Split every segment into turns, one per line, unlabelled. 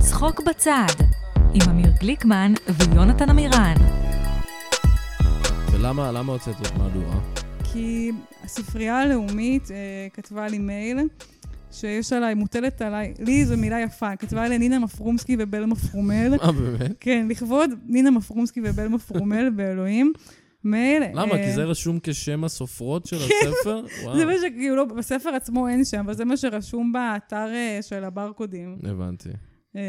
צחוק בצד, עם אמיר גליקמן ויונתן עמירן.
ולמה למה הוצאת זאת מהדורה?
כי הספרייה הלאומית אה, כתבה לי מייל שיש עליי, מוטלת עליי, לי זו מילה יפה, כתבה עליי נינה מפרומסקי ובל מפרומל.
אה, באמת?
כן, לכבוד נינה מפרומסקי ובל מפרומל באלוהים. מייל...
למה?
אה, כן.
כי זה רשום כשם הסופרות של הספר? וואו,
זה מה שכאילו, לא, בספר עצמו אין שם, אבל זה מה שרשום באתר אה, של הברקודים.
הבנתי.
אה,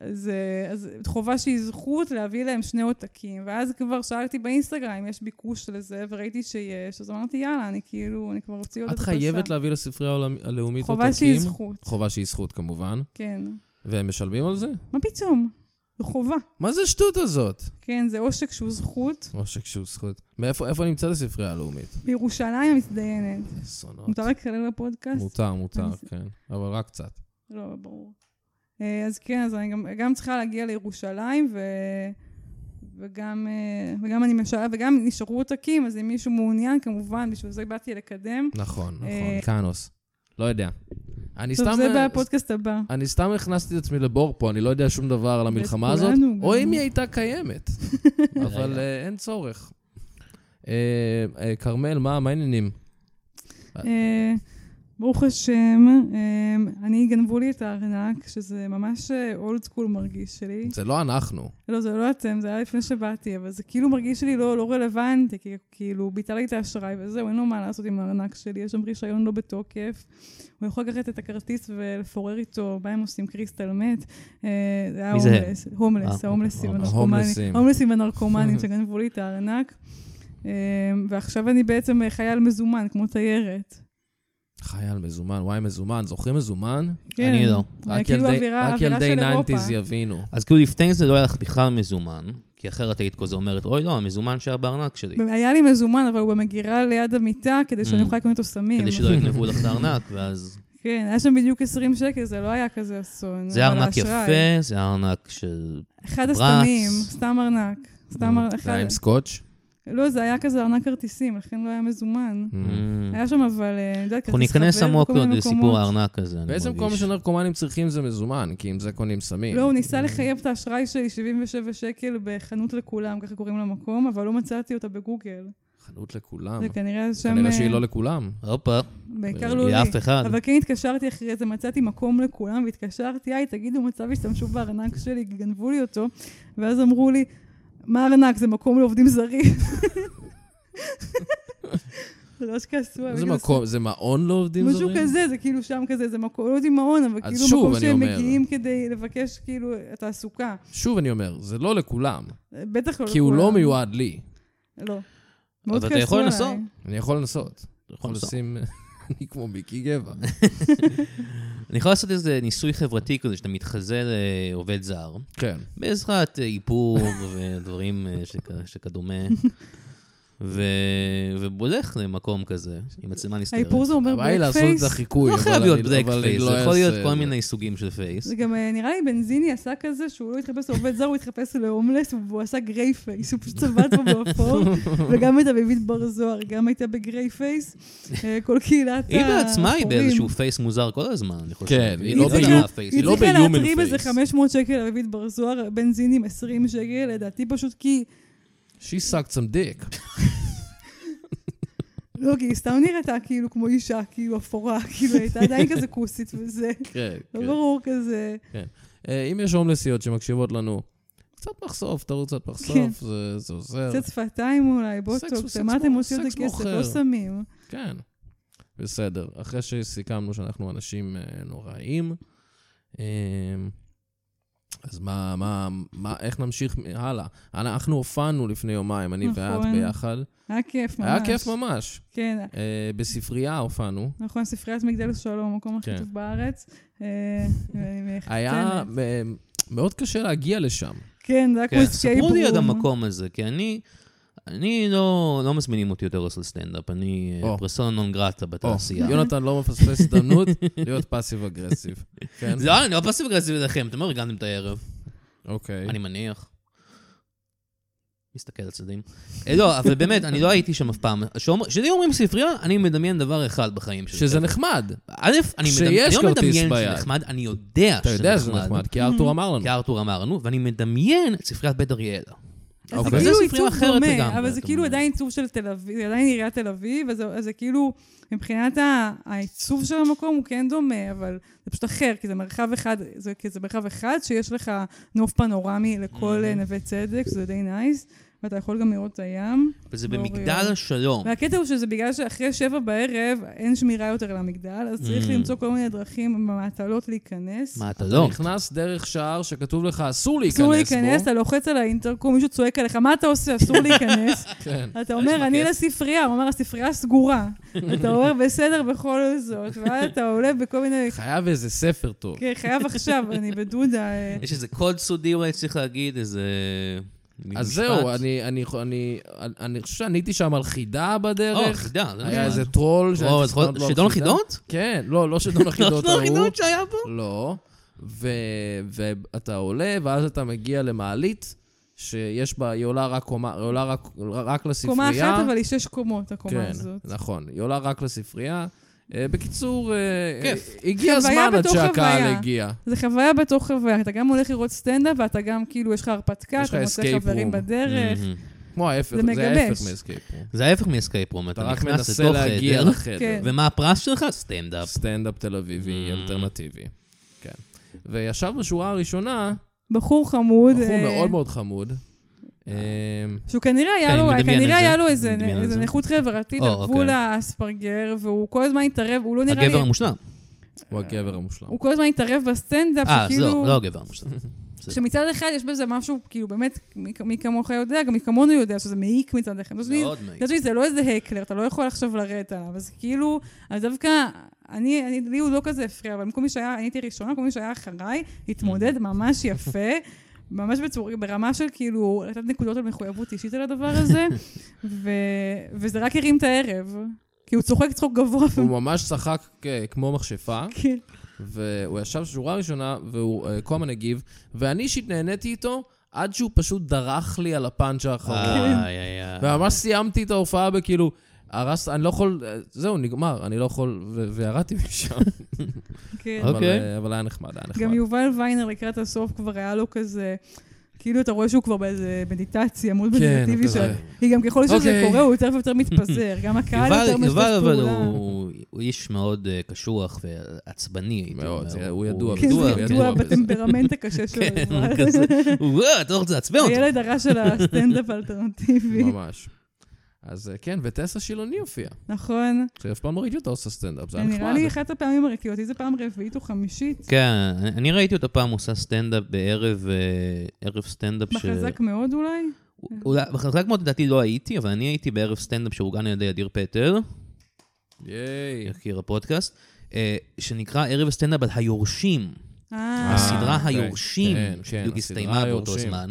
אז, אה, אז חובה שהיא זכות להביא להם שני עותקים. ואז כבר שאלתי באינסטגרם אם יש ביקוש לזה, וראיתי שיש, אז אמרתי, יאללה, אני כאילו, אני כבר אוציא עוד
את חייבת להביא לספרייה העולמ- הלאומית עותקים?
חובה שהיא זכות,
חובה שהיא זכות, כמובן.
כן.
והם משלמים על זה?
מה פתאום? זו חובה.
מה זה השטות הזאת?
כן, זה עושק שהוא זכות.
עושק שהוא זכות. מאיפה איפה נמצאת הספרייה הלאומית?
בירושלים המצטיינת.
זונות.
מותר לקלל בפודקאסט?
מותר, מותר,
אני-
כן. אבל רק קצת.
לא, ברור. אה, אז כן, אז אני גם, גם צריכה להגיע לירושלים, ו... וגם, אה, וגם אני משלה, וגם נשארו עותקים, אז אם מישהו מעוניין, כמובן, בשביל זה באתי לקדם.
נכון, נכון.
אה,
כנוס. לא יודע. אני
טוב,
סתם... אה,
זה בפודקאסט הבא.
אני סתם הכנסתי את עצמי לבור פה, אני לא יודע שום דבר על המלחמה
ואת
הזאת,
כולנו גם.
או אם היא הייתה קיימת, אבל אה, אין צורך. אה, אה, כרמל, מה מה העניינים?
אוקיי. אה, ברוך השם, אה, אני, גנבו לי את הארנק, שזה ממש אולד סקול מרגיש שלי.
זה לא אנחנו.
לא, זה לא אתם, זה היה לפני שבאתי, אבל זה כאילו מרגיש לי לא, לא רלוונטי, כי כאילו ביטל לי את האשראי וזהו, אין לו מה לעשות עם הארנק שלי, יש שם רישיון לא בתוקף. הוא יכול לקחת את הכרטיס ולפורר איתו, מה הם עושים? קריסטל מת. אה, היה
מי זה הם?
הומלס, הומלס, ההומלסים
אה,
אה,
הנרקומנים.
ההומלסים.
ההומלסים הנרקומנים שגנבו לי את הארנק. אה, ועכשיו אני בעצם אה, חייל מזומן, כמו תיירת.
חייל מזומן, וואי, מזומן. זוכרים מזומן?
כן.
אני לא.
היה
רק
כאילו
ילדי-
אווירה-
רק
אווירה
ילדי
של אירופה.
90's יבינו.
אז כאילו לפני זה לא היה לך בכלל מזומן, כי אחרת היית כזה אומרת, אוי לא, המזומן שהיה בארנק שלי.
היה לי מזומן, אבל הוא במגירה ליד המיטה, כדי שאני
Mm.
אוכל לקנות אותו סמים.
כדי שלא יגנבו לך את הארנק, ואז...
כן, היה שם בדיוק 20 שקל, זה לא היה כזה אסון.
זה
אבל
ארנק
האשראי.
יפה, זה ארנק של...
אחד
פרס.
הסתמים, סתם ארנק. סתם ארנק.
זה היה עם סקוץ'?
לא, זה היה כזה ארנק כרטיסים, לכן לא היה מזומן.
אה.
Mm.
היה שם אבל, אה, אני יודעת,
אנחנו
כרטיס
ניכנס
חבר
עמוק
בכל
עוד
מיני
לסיפור
מקומות.
הארנק הזה, אני מרגיש.
בעצם כל מה שנרקומנים צריכים זה מזומן, כי עם זה קונים סמים.
לא, הוא ניסה לחייב את האשראי שלי, 77 שקל בחנות לכולם, ככה קוראים למקום, אבל לא מצאתי אותה בגוגל.
חנות לכולם.
אה.
זה כנראה שם...
כנראה שהיא
אה,
לא לכולם.
הופה,
בעיקר לא
היא
לי.
אה, אף אחד.
אבל כן התקשרתי אחרי זה, מצאתי מקום לכולם, והתקשרתי, היי, תגידו, מצב השתמשו בארנק שלי, גנבו לי אותו, ואז אמרו לי, מה ארנק, זה מקום לעובדים זרים. ממש כעסו עליי.
זה
כזה-
מקום, זה מעון לעובדים זרים?
לא, משהו כזה, זה כאילו שם כזה, זה מקום, לא יודעים מעון, אבל
אז
כאילו
שוב,
מקום
אני
שהם
אומר.
מגיעים כדי לבקש כאילו תעסוקה.
שוב אני אומר, זה לא לכולם,
בטח לא לכולם.
כי הוא לא מיועד לי.
לא. מאוד
אתה
כעסו
יכול
עליי.
לנסות.
אני יכול לנסות.
אתה יכול
יכול
לעשות.
לשים... אני כמו מיקי גבע.
אני יכול לעשות איזה ניסוי חברתי כזה, שאתה מתחזה לעובד זר,
כן.
בעזרת אה, איפור ודברים אה, שכ- שכדומה, ו- ובולך למקום כזה, עם מצלמה נסתרת.
האיפור זה אומר
הבעיה היא
בלק
לעשות את
פייס.
החיקוי,
לא
אבל
חייב להיות
אני-
בלק
אבל אני
פייס,
לא
זה יכול להיות
אעשה
כל
את
מיני סוגים של פייס.
זה גם אה, נראה לי בנזיני עשה כזה שהוא לא התחפש לעובד זר, הוא התחפש להומלס, והוא עשה גריי פייס, הוא פשוט צבט פה באפור, וגם את אביבית בר זוהר, גם הייתה בגריי פייס, אה, כל קהילת
היא בעצמה היא
האפורים.
באיזשהו פייס מוזר כל הזמן, אני חושב.
כן, היא לא
צריכה-
באיום-
פייס.
היא
לא
צריכה
באיומן
להטריב איזה
פייס.
500 שקל אביבית בר זוהר, בנזינים 20 שקל, לדעתי פשוט כי...
She sucked some dick.
לא, כי היא סתם נראתה כאילו כמו אישה, כאילו אפורה, כאילו הייתה עדיין כזה כוסית וזה,
כן,
לא ברור כזה.
אה, אם יש הומלסיות שמקשיבות לנו, קצת מחשוף, תראו קצת
כן.
מחשוף, זה- זה עוזר.
קצת שפתיים אולי,
סקס הוא
בוטוקס,
סקס
למה אתם
מו-
עושים את
סקס
הכסף?
מוכר.
לא סמים.
כן. בסדר. אחרי שסיכמנו שאנחנו אנשים אה, נוראים, אה, אז מה, מה, מה, איך נמשיך מ- הלאה? אנחנו הופענו לפני יומיים, אני ואת
נכון.
ביחד.
היה כיף ממש.
היה כיף ממש.
כן,
אה, בספרייה הופענו.
נכון, ספריית מגדל שלום, המקום הכי
כן.
טוב בארץ. אה, אני מחתנת.
היה אה, מאוד קשה להגיע לשם.
כן, זה היה כמו
כן,
אסקייפ
ספרו לי על
רום.
המקום הזה, כי אני... אני לא, לא מזמינים אותי יותר לעשות סטנדאפ, אני אה,
או.
פרסונה נון גרטה
או,
בתעשייה.
יונתן לא מפספס הזדמנות להיות פאסיב אגרסיב. כן?
זה לא, אני לא פסיב אגרסיבי לכם, אתם לא ארגנתם את הערב,
אוקיי.
אני מניח. מסתכל על צדדים. אה, לא, אבל באמת, אני לא הייתי שם אף פעם. שאומר- כשלי אומרים ספרייה, אני מדמיין דבר אחד בחיים שלי.
שזה נחמד.
א', אני מדמ-
שיש
אני לא
כרטיס
מדמיין
ביד.
שזה נחמד, אני יודע
אתה יודע שזה נחמד, כי ארתור אמר לנו.
כי ארתור אמר לנו, ואני מדמיין את ספריית בית אריאלה.
אוקיי.
אבל
זה
כאילו
ספרייה
עיצוב
אחרת
דומה,
לגמרי,
אבל זה
אתה
כאילו
אומר.
עדיין עיצוב של תל אביב, זה עדיין עיריית תל אביב, אז זה- אז זה כאילו, מבחינת ה- העיצוב של המקום הוא כן דומה, אבל זה פשוט אחר, כי זה מרחב אחד, זה- כי זה מרחב אחד שיש לך נוף פנורמי לכל אה, נווה צדק, שזה די נייס, ואתה יכול גם לראות את הים.
וזה
לא
במגדל
ראוי.
השלום.
והקטע הוא שזה בגלל שאחרי שבע בערב אין שמירה יותר למגדל, אז צריך
Mm.
למצוא כל מיני דרכים במעטלות להיכנס.
מה אתה לא?
נכנס דרך שער שכתוב לך אסור להיכנס בו.
אסור להיכנס, אתה לוחץ על האינטרקום, מישהו צועק עליך, מה אתה עושה? אסור להיכנס.
כן.
אתה אומר, אני לספרייה, הוא אומר, הספרייה סגורה. אתה אומר, בסדר בכל זאת, ואז אתה עולה בכל מיני...
חייב איזה ספר טוב.
כן, חייב עכשיו, אני בדודה. אה,
יש איזה קוד סודי אולי צריך להגיד, איזה...
אז
משפט.
זהו, אני- אני- אני- אני חושב שעניתי שם על חידה
או,
בדרך.
חידה, זה
היה
נחמד.
איזה טרול. שהיה
או,
צריך לענות
זכות-
לו על
שדון
חידה.
חידות?
כן, לא, לא שדון החידות
שדון
ההוא.
החידות שהיה פה?
לא. ו- ואתה עולה, ואז אתה מגיע למעלית, שיש בה, היא עולה רק קומה, היא עולה רק- רק לספרייה.
קומה אחת, אבל היא שש קומות, הקומה הזאת.
לא.
כן, נכון. היא עולה רק לספרייה. אה, בקיצור, אה,
כיף.
אה, הגיע
חוויה
הזמן עד
בתוך
שהקהל
חוויה.
הגיע.
זה חוויה בתוך חוויה, אתה גם הולך לראות סטנדאפ, ואתה גם, כאילו, יש לך הרפתקה,
יש לך
אתה מוצא
escape
חברים
room.
בדרך.
מהמם.
כמו ההפך,
זה
זה ההפך
מגבש.
מהסקייפ רום.
זה ההפך מאסקייפ רום,
אתה
אתה
רק
נכנס
מנסה
לתוך
להגיע
חדר,
לחדר.
כן.
ומה הפרס שלך? סטנדאפ.
סטנדאפ תל אביבי
Mm.
אלטרנטיבי. כן. וישב בשורה הראשונה,
בחור חמוד.
בחור
אה,
מאוד מאוד חמוד. אמ,
שהוא כנראה היה
כן,
לו,
אני מדמיין
כנראה
את זה.
היה לו
אני
איזה
מדמיין את
איזה
זה.
נכות חברתית
או,
על גבול
אוקיי.
האספרגר, והוא כל הזמן התערב, הוא לא נראה לי...
הגבר המושלם.
הוא הגבר המושלם.
הוא כל הזמן התערב בסטנדאפ,
אה, אז
שכאילו...
לא, לא הגבר המושלם.
כאילו, שמצד אחד יש בזה משהו, כאילו באמת, מי, מי כמוך יודע, גם מי כמונו יודע שזה מעיק מצד אחד. מצד שני,
מאוד מעיק.
מצד שני, זה לא איזה הקלר, אתה לא יכול עכשיו לרדת עליו. אז כאילו, אז דווקא, אני, אני, לי הוא לא כזה הפריע, אבל כל מי שהיה, אני הייתי ראשונה, כל מי שהיה אחריי,
Mm.
התמודד ממש יפה. ממש בצורה, ברמה של כאילו, לתת נקודות על מחויבות אישית על הדבר הזה, ו, וזה רק הרים את הערב. כי הוא צוחק צחוק גבוה.
הוא ממש צחק אה, כמו מכשפה,
כן.
והוא ישב שורה ראשונה, והוא אה, כל הזמן הגיב, ואני אישית נהניתי איתו עד שהוא פשוט דרך לי על הפאנץ' האחרון.
אה.
איי, איי, איי.
וממש סיימתי את ההופעה בכאילו, הרס, אני לא יכול, אה, זהו, נגמר, אני לא יכול, ו- וירדתי משם.
כן.
אבל,
אוקיי.
אה, אבל היה נחמד, היה
נכון.
נחמד.
גם יובל ויינר לקראת הסוף כבר היה לו כזה, כאילו אתה רואה שהוא כבר באיזה מדיטציה,
כן,
מאוד מדיטטיבי
הוא
שלו.
כזה.
כי גם ככל שזה
אוקיי.
קורה, הוא יותר ויותר מתפזר. גם הקהל
יובל,
יותר משתף
יובל אבל
פעולה.
הוא, הוא איש מאוד אה, קשוח ועצבני, הייתי
מאוד,
אומר.
זה- הוא ידוע
כן,
ידוע,
הוא ידוע
ידוע בזה.
בטמפרמנט הקשה שלו.
כן,
יובל.
הוא כזה, הוא וואו, אתה לא רוצה לעצבן אותו.
הילד הרע של הסטנדאפ האלטרנטיבי.
ממש. אז אה, כן, וטסה שילוני הופיעה,
נכון. אה,
שאף פעם לא ראיתי אותה עושה סטנדאפ, זה היה נחמד.
נראה לי אחת הפעמים הרקיעות, איזה פעם רביעית או חמישית.
כן, אני- אני ראיתי אותה פעם עושה סטנדאפ בערב, אה, ערב סטנדאפ ש...
בחזק מאוד אולי.
אולי- בחזק מאוד לדעתי לא הייתי, אבל אני הייתי בערב סטנדאפ שאורגן על ידי אדיר פטר,
ייי.
יקיר הפודקאסט, אה, שנקרא ערב סטנדאפ על היורשים.
אה,
הסדרה
אוקיי.
היורשים,
כן, כן,
שבדיוק
הסדרה
הסתיימה באותו
היורשים.
זמן.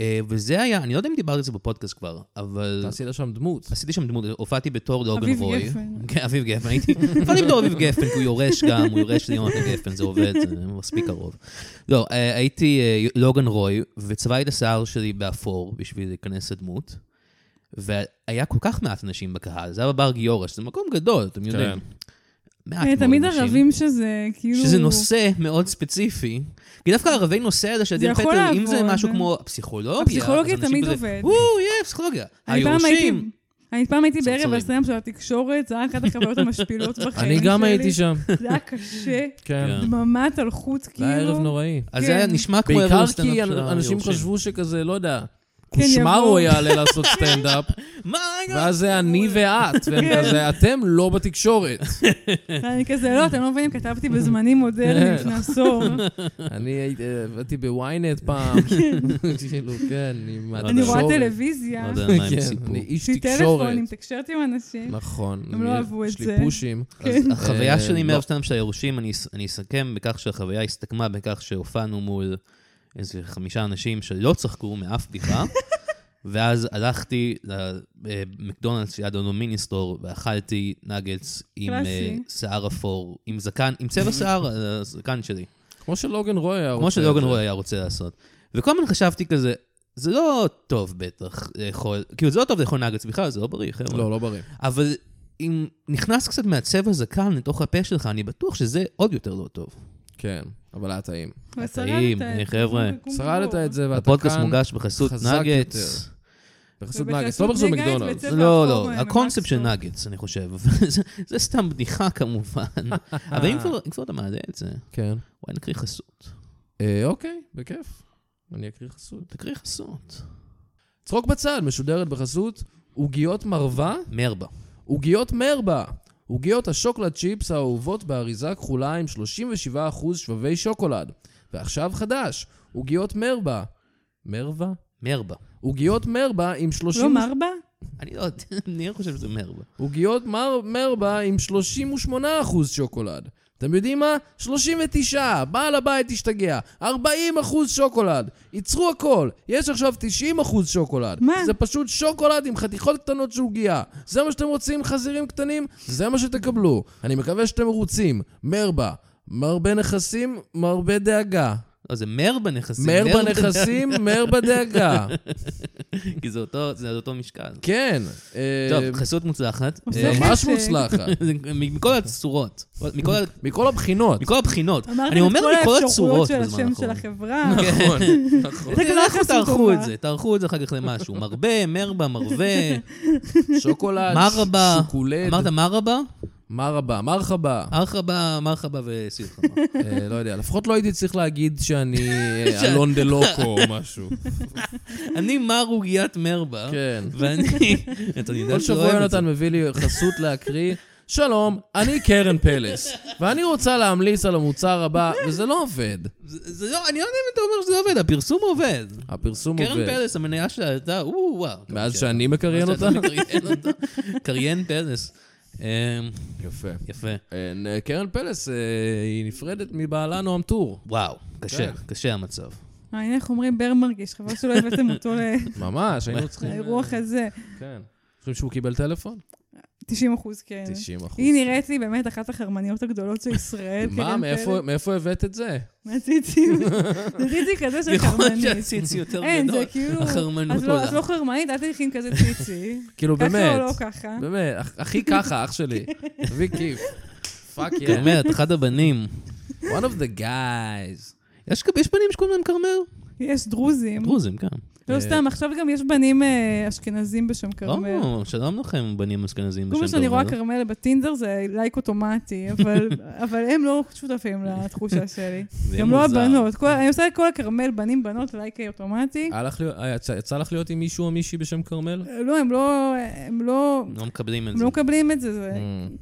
אה, וזה היה, אני לא יודע אם דיברתי על זה בפודקאסט כבר, אבל
אתה עשית שם דמות.
עשיתי שם דמות, הופעתי בתור לאובן
אביב
רוי.
גפן.
כן, אביב גפן. הייתי, הופעתי בתור אביב גפן, כי הוא יורש גם, הוא יורש ליונתן גפן, זה עובד, זה מספיק קרוב. לא, אה, הייתי אה, לוגן רוי, וצבעתי את השיער שלי באפור בשביל להיכנס לדמות. והיה כל כך מעט אנשים בקהל, זה היה בבר גיורא, שזה מקום גדול, אתם
כן.
יודעים. מעט
אה,
מאוד
תמיד
אנשים.
ערבים שזה כאילו...
שזה נושא מאוד ספציפי. כי דווקא ערבי נושא הזה של
זה
דין
יכול
פטר, אם
לעבוד,
זה משהו
אה.
כמו פסיכולוגיה, אז
הפסיכולוגיה
אנשים
תמיד
כזה,
עובד.
וואו, יא, פסיכולוגיה.
אני פעם הייתי-
היורשים.
אני פעם הייתי בערב
צמצומים.
הסטנדאפ של התקשורת, זו הייתה אחת החוויות המשפילות בחיים שלי.
אני גם הייתי שם,
זה היה קשה,
כן.
כן.
דממת על חוט,
זה
כאילו.
היה ערב נוראי.
אז זה היה
כן.
נשמע כמו
בעיקר
ערב סטנדאפ
כי
של
אנשים
היורשים.
חשבו שכזה, לא יודע,
כן,
קושמרו
יבואו.
יעלה לעשות סטנדאפ,
מה רגע?
ואז זה אני ואת, והם
כן.
כזה, אתם לא בתקשורת.
אני כזה, לא, אתם לא מבינים, כתבתי בזמנים
כן.
מודרניים לפני עשור.
אני הייתי- עבדתי בוויינט פעם, כאילו, כן, אני מהתקשורת.
אני רואה
התקשורת.
טלוויזיה,
לא יודע מה הם
כן,
סיפרו.
אני איש
יש לי טלפון,
תקשורת.
אני מתקשרת עם אנשים.
נכון.
הם לא
אני-
אהבו
יש
את
לי
זה.
פושים.
כן.
אז החוויה
אה,
שלי
לא.
מערב סטנדאפ של היורשים, אני אס- אני אסכם בכך שהחוויה הסתכמה בכך שהופענו מול איזה חמישה אנשים שלא צחקו מאף בדיחה, ואז הלכתי אה, למקדונלדס ליד הנומיניסטור ואכלתי נגלס עם אה,
קלאסי.
שיער אפור, עם זקן, עם צבע שיער, אה, הזקן שלי.
כמו שלוגן רוי היה רוצה.
כמו
את
שלוגן
זה.
רוי היה רוצה לעשות. וכל הזמן חשבתי כזה, זה לא טוב בטח לאכול, כאילו זה לא טוב לאכול נגץ בכלל, זה לא בריא, חבר'ה.
לא, לא בריא.
אבל אם נכנס קצת מהצבע זקן לתוך הפה שלך, אני בטוח שזה עוד יותר לא טוב.
כן, אבל היה טעים.
טעים, היי, אה, חבר'ה.
שרדת את זה ואתה
הפודקאסט
כאן
מוגש בחסות
חזק
נגץ.
בחסות נגס, לא בחסות מקדונלדס.
בצבע
לא,
אפור,
לא,
אה,
הקונספט של
ממקסטור.
נגץ, אני חושב. זה- זה סתם בדיחה כמובן. אבל אם כבר- אם כבר אתה מעלה את זה,
כן.
וואי, נקריא חסות.
אה, אוקיי, בכיף. אני אקריא חסות.
תקריא חסות.
צחוק בצד משודרת בחסות עוגיות מרווה,
מרבה.
עוגיות מרבה. עוגיות השוקולד צ'יפס האהובות באריזה כחולה עם 37% שבבי שוקולד. ועכשיו חדש, עוגיות מרבה. מרבה?
מרבה.
עוגיות מרבה עם 30...
לא מרבה?
אני לא יודע, אני חושב שזה מרבה.
עוגיות מר... מרבה עם 38% שוקולד. אתם יודעים מה? 39, בעל הבית השתגע, 40% שוקולד, ייצרו הכל, יש עכשיו 90% שוקולד.
מה?
זה פשוט שוקולד עם חתיכות קטנות של עוגייה. זה מה שאתם רוצים, חזירים קטנים? זה מה שתקבלו. אני מקווה שאתם מרוצים. מרבה, מרבה נכסים, מרבה דאגה.
לא, זה מרבה נכסים.
מרבה נכסים, מרבה דאגה.
כי זה אותו- זה על אותו משקל.
כן. אה,
טוב, חסות מוצלחת.
עושה
אה,
ממש
חסד.
מוצלחת.
זה מכל הצורות. מכל ה-
מכל הבחינות.
מכל הבחינות.
אמרתם
אני אומר
את
מכל
כל האפשרויות
הצורות
של
בזמן
השם של
האחרון. כן.
החברה.
נכון, נכון.
זה לא
לכו
חסות
תערכו
טובה.
את זה, תערכו את זה אחר כך למשהו. מרבה, מרבה, מרבה,
שוקולד,
מה רבה?
שוקולד,
אמרת מה רבה?
מה רבה, מרחבה.
ארחבה, מרחבה וסילחמה.
אה, לא יודע, לפחות לא הייתי צריך להגיד שאני אה, אלון דה לוקו או משהו.
אני מר עוגיית מרבה,
כן.
ואני... אתה יודע
כל
שאתה
שבוע
אוהב את זה.
יונתן מביא לי חסות להקריא. שלום, אני קרן פלס, ואני רוצה להמליץ על המוצר הבא, וזה לא עובד.
זה זה לא, אני לא יודע אם אתה אומר שזה עובד, הפרסום עובד.
הפרסום
קרן
עובד.
פלס, המניה שלה עלתה, או וואו.
מאז
כן.
שאני מקריין
מאז
אותה?
שאתה מקריין אותה. קריין פלס. אמ,
יפה.
יפה.
אה, נ- קרן פלס, אה, היא נפרדת מבעלה נועם טור.
וואו, קשה,
כן.
קשה המצב.
אה, הנה איך אומרים בר מרגיש, חבל שלא הבאתם אותו
ממש, היינו צריכים... אה,
לאירוח הזה.
כן. חושבים שהוא קיבל טלפון?
90 אחוז, כן.
אה.
90 אחוז.
היא נראית לי באמת אחת החרמניות הגדולות של ישראל.
מה,
קרן
מאיפה-
פלד.
מאיפה הבאת את זה?
מהציצים. זה ציצי כזה של
יכול להיות
חרמנית.
שהציץ יותר גדול.
אין, זה כאילו...
החרמנות
את לא- את
עולה.
לא חרמנית, אל תלכי עם כזה ציצי.
כאילו,
ככה או
באמת.
לא ככה.
באמת, אח- אחי ככה, אח שלי. תביא כיף. פאק יא.
כרמל, את אחד הבנים.
one of the guys.
יש יש בנים שקוראים להם כרמל?
יש דרוזים.
דרוזים, כן. גם.
לא סתם, עכשיו גם יש בנים אה, אשכנזים בשם כרמל.
אה. או, שלום לכם, בנים אשכנזים
כל
בשם
מה שאני רואה
כרמל.
כרמל בטינדר זה לייק אוטומטי, אבל, אבל הם לא שותפים לתחושה שלי.
זה
גם לא
מוזר.
הבנות. כל, אני עושה את כל הכרמל בנים בנות לייק אוטומטי.
הלך להיות- אה, יצא- יצא לך להיות עם מישהו או מישהי בשם כרמל?
לא, הם לא, הם לא,
לא מקבלים את
הם
זה.
לא מקבלים את זה. זה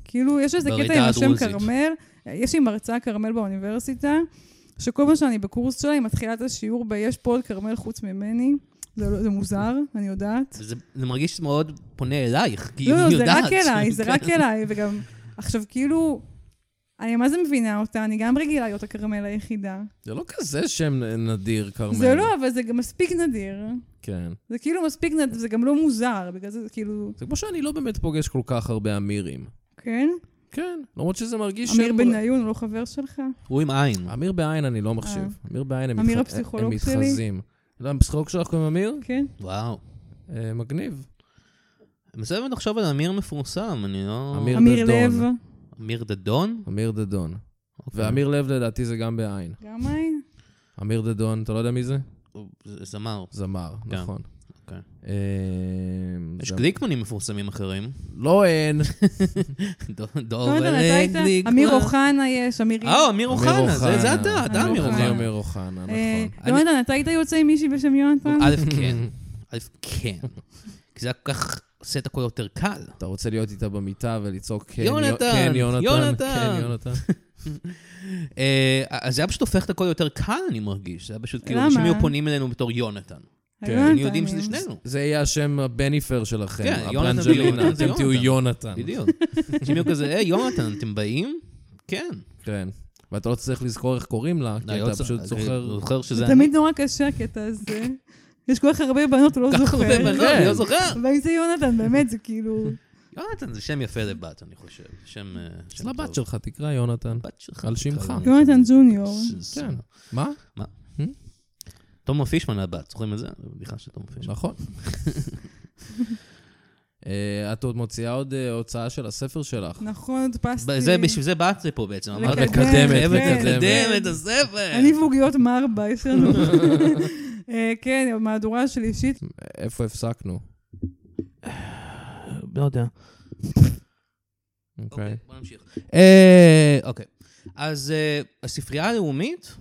כאילו, יש איזה
ברידה
קטע עם השם
הדרוזית.
כרמל, יש לי מרצה כרמל באוניברסיטה, שכל פעם שאני בקורס שלה, היא מתחילה את השיעור ב- יש פה עוד כרמל חוץ ממני. זה, לא- זה מוזר, אני יודעת.
זה זה מרגיש מאוד פונה אלייך, כי היא
לא,
יודעת. כן.
לא, זה רק אליי,
שאני-
זה רק אליי, וגם... עכשיו, כאילו, אני מה זה מבינה אותה, אני גם רגילה להיות הכרמל היחידה.
זה לא כזה שם נדיר, כרמל.
זה לא, אבל זה גם מספיק נדיר.
כן.
זה כאילו מספיק נדיר, זה גם לא מוזר, בגלל זה זה כאילו,
זה כמו שאני לא באמת פוגש כל כך הרבה אמירים.
כן?
כן, למרות שזה מרגיש...
אמיר
שם-
בניון הוא לא חבר שלך?
הוא עם עין.
אמיר בעין אני לא מחשיב. אמיר בעין הם
אה. אמיר
מתח-
הפסיכולוג
הם
שלי.
מתחזים. לא, הפסיכולוג שלך קוראים אמיר?
כן.
וואו.
אה, מגניב.
בסדר, נחשוב על אמיר מפורסם, אני לא...
אמיר
אמיר
דדון.
לב,
אמיר דדון?
אמיר דדון.
אוקיי.
ואמיר לב לדעתי זה גם בעין.
גם עין?
אמיר דדון, אתה לא יודע מי זה?
הוא ז- זמר.
זמר,
כן.
נכון.
אוקיי.
אה,
יש
זמר.
גליקמנים מפורסמים אחרים.
לא אין.
דו-
לא
דור
יודעת, אתה היית?
גליקמן.
אמיר אוחנה יש, אמיר...
אה, אמיר אוחנה, זה זה אתה, אתה אמיר
אני
אוחנה.
אמיר אוחנה,
אה,
נכון.
אני-
יונתן, אתה היית יוצא עם מישהי בשם יונתן?
א', כן. א', כן. כי זה היה כל כך עושה את הכל יותר קל.
אתה רוצה להיות איתה במיטה ולצעוק, כן,
יונתן,
יו- כן, יונתן,
יונתן.
כן, יונתן.
אה, אז זה היה פשוט הופך את הכל יותר קל, אני מרגיש. זה היה פשוט כאילו,
למה?
אנשים היו פונים אלינו בתור יונתן.
כן.
היונתנים.
היינו יודעים שזה שנינו.
זה יהיה השם הבניפר שלכם,
כן, יונתן
הפלנג'לינה,
ויונתן זה
אתם תהיו יונתן.
בדיוק. אנשים היו כזה, היי, יונתן, אתם באים? כן.
כן. ואתה לא צריך לזכור איך קוראים לה,
לא,
כי אתה
יוצא-
פשוט
אני
זוכר...
זוכר שזה...
זה
אני.
תמיד נורא קשה הקטע הזה. יש כל כך הרבה בנות, הוא לא
כל כך הרבה
זוכר.
בנות, אני לא זוכר.
אבל אם זה יונתן, באמת, זה כאילו...
יונתן זה שם יפה לבת, אני חושב. שם... אה,
אז
שם
לבת
טוב.
שלך, תקרא יונתן.
בת שלך. לא
על שמך.
יונתן.
יונתן ג'וניור.
ש- ש-
כן. מה?
תומר פישמן הבת, זוכרים את זה? זה בדיחה של תומר פישמן.
נכון. אה, את עוד מוציאה עוד אה, הוצאה של הספר שלך.
נכון, הדפסתי.
ב- זה, בשביל זה באת לפה בעצם. אמרת,
לקדם,
חייבת
כן.
לקדם את הספר.
אני ועוגיות מרבה, יש לנו. אה, כן, מהדורה של אישית,
איפה הפסקנו? אה,
לא יודע.
אוקיי.
אוקיי, בוא נמשיך. אה, אוקיי. אז אה, הספרייה הלאומית,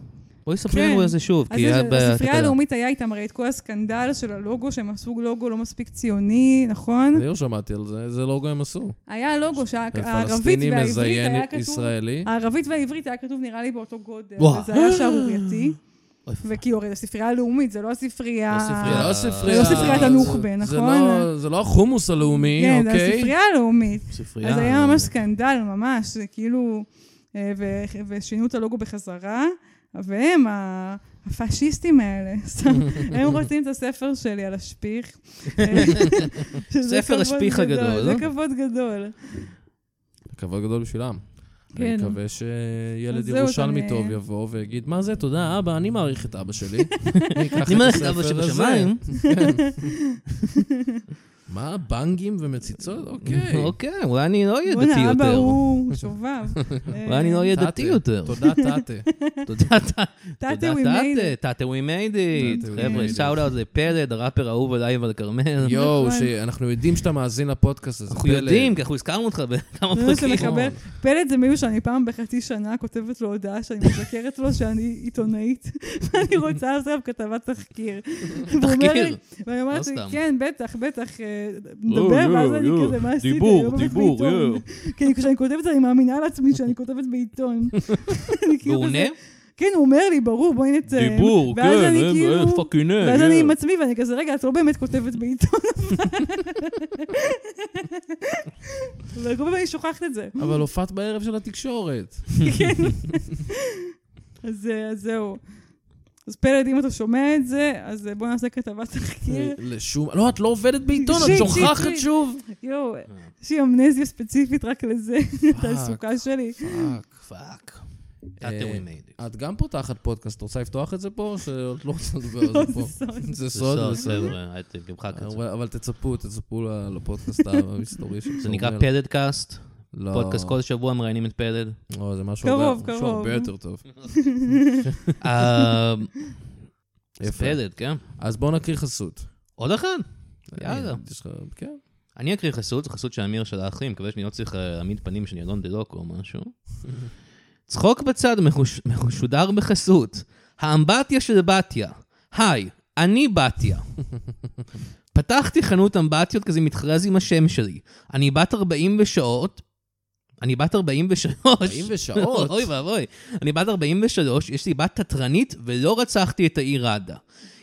בואי ספרי
כן.
לנו על זה שוב,
אז
כי
יש-
את
הספרייה
בתקלה.
הלאומית היה איתם הרי את כל הסקנדל של הלוגו, שהם עשו לוגו לא מספיק ציוני, נכון?
אני לא שמעתי על זה, לא איזה לוגו הם עשו.
היה לוגו שהערבית
פלסטיני
והעברית
מזיין
היה כתוב...
ישראלי.
הערבית והעברית היה כתוב נראה לי באותו גודל,
וואו.
וזה היה שערורייתי.
אוי, פ-
וכאילו, הרי זו ספרייה לאומית, זה לא הספרייה...
לא ספרייה.
זה לא
זה
ספרייה.
לא ספריית הנוח'בה,
זה
נכון?
לא- זה לא החומוס הלאומי,
כן, זה
אוקיי?
הספרייה הלאומית.
ספרייה.
אז היה ממש סקנדל, ממש, זה כאילו... אה, ו- ושינו את הלוגו בחזרה, והם, ה- הפאשיסטים האלה, סתם, הם רוצים את הספר שלי על השפיך. אה, שזה
ספר
כבוד
השפיך הגדול. לא?
זה כבוד גדול.
כבוד גדול בשבילם. אני
כן.
מקווה שילד
אז זהו,
ירושלמי
אתה נ-
טוב יבוא ויגיד, מה זה, תודה, אבא, אני מעריך את אבא שלי. אקח
אני מערכת
הספר
אבא
הזה."
שבשמיים.
מה, בנגים ומציצות? אוקיי.
אוקיי, אולי אני לא אהיה דתי
בוא'נה, אבא
יותר.
הוא שובב.
אולי אני לא אהיה
תתה.
דתי יותר.
אה, תודה, תתה.
תודה, תתה.
תתה, we made it.
תתה, we made it.
תתה, we
אה, חבר'ה,
made it.
שאוט אאוט לפלד, הראפר האהוב עליי ועל כרמל.
יואו,
נכון.
שאנחנו יודעים שאתה מאזין לפודקאסט הזה.
אנחנו
פלא.
יודעים, כי אנחנו הזכרנו אותך בכמה
זה מה
פרקים.
שמחבר. פלט זה מישהו שאני פעם בחצי שנה כותבת לו הודעה שאני מזכרת לו שאני עיתונאית, ואני רוצה לעשות כתבת תחקיר. והוא אומר
תחקיר?
לי- ואני
לא
אומרת לי,
סתם.
כן, בטח, בטח, אה,
יואו,
נדבר, ואז
יואו,
אני
יואו.
כזה, מה עשית?
דיבור,
אני לא באמת
דיבור,
בעיתון."
יואו.
כי כשאני כותבת את זה, אני מאמינה על עצמי שאני כותבת בעיתון. אני כאילו
והוא
כזה-
עונה?
כן, הוא אומר לי, ברור, בואי נצא.
כן,
כן,
ואז אני כאילו-
פאקינג
ואז אני עם עצמי, ואני כזה, רגע, את לא באמת כותבת בעיתון. אבל לא, כל פעם אני שוכחת את זה.
אבל הופעת בערב של התקשורת.
כן. אז אה, אז זהו. אז פלד, אם אתה שומע את זה, אז אה, בוא נעשה כתבת תחקיר.
לשום... לא, את לא עובדת בעיתון,
שיט,
את
שיט,
שוכחת
שיט.
שוב.
יואו,
אה.
יש לי אמנזיה ספציפית רק לזה, התעסוקה שלי.
פאק.
פאק.
אה,
תתה, we made it.
את גם פותחת פודקאסט, את רוצה לפתוח את זה פה, או שאת לא רוצה לדבר על זה
זה
פה?
סוד.
זה
זה
סוד, אה,
סוד,
בסדר.
חבר'ה, אל תמחק את זה.
אבל אבל תצפו, תצפו ל- לפודקאסט המסתורי של
זה נקרא
כרמל.
פדדקאסט,
לא.
פודקאסט כל שבוע מראיינים את פדד.
לא, זה משהו הרבה-
קרוב,
משהו
קרוב.
הרבה יותר טוב.
אה,
יפה.
פדד, כן.
אז בואו נקריא חסות.
עוד אחד?
אה,
יאללה.
יש לך... כן.
אני אקריא חסות, זו חסות שאמיר שלח לי, מקווה שאני לא צריך אה, להעמיד פנים שאני אלון דלוק או משהו. צחוק בצד מחוש- משודר בחסות. האמבטיה של בתיה. היי, אני בתיה. פתחתי חנות אמבטיות כזה מתחרז עם השם שלי. אני בת 40 בשעות. אני בת 43.
40 ושעות?
אוי ואבוי. אני בת 43, יש לי בת תתרנית ולא רצחתי את העיר ראדה.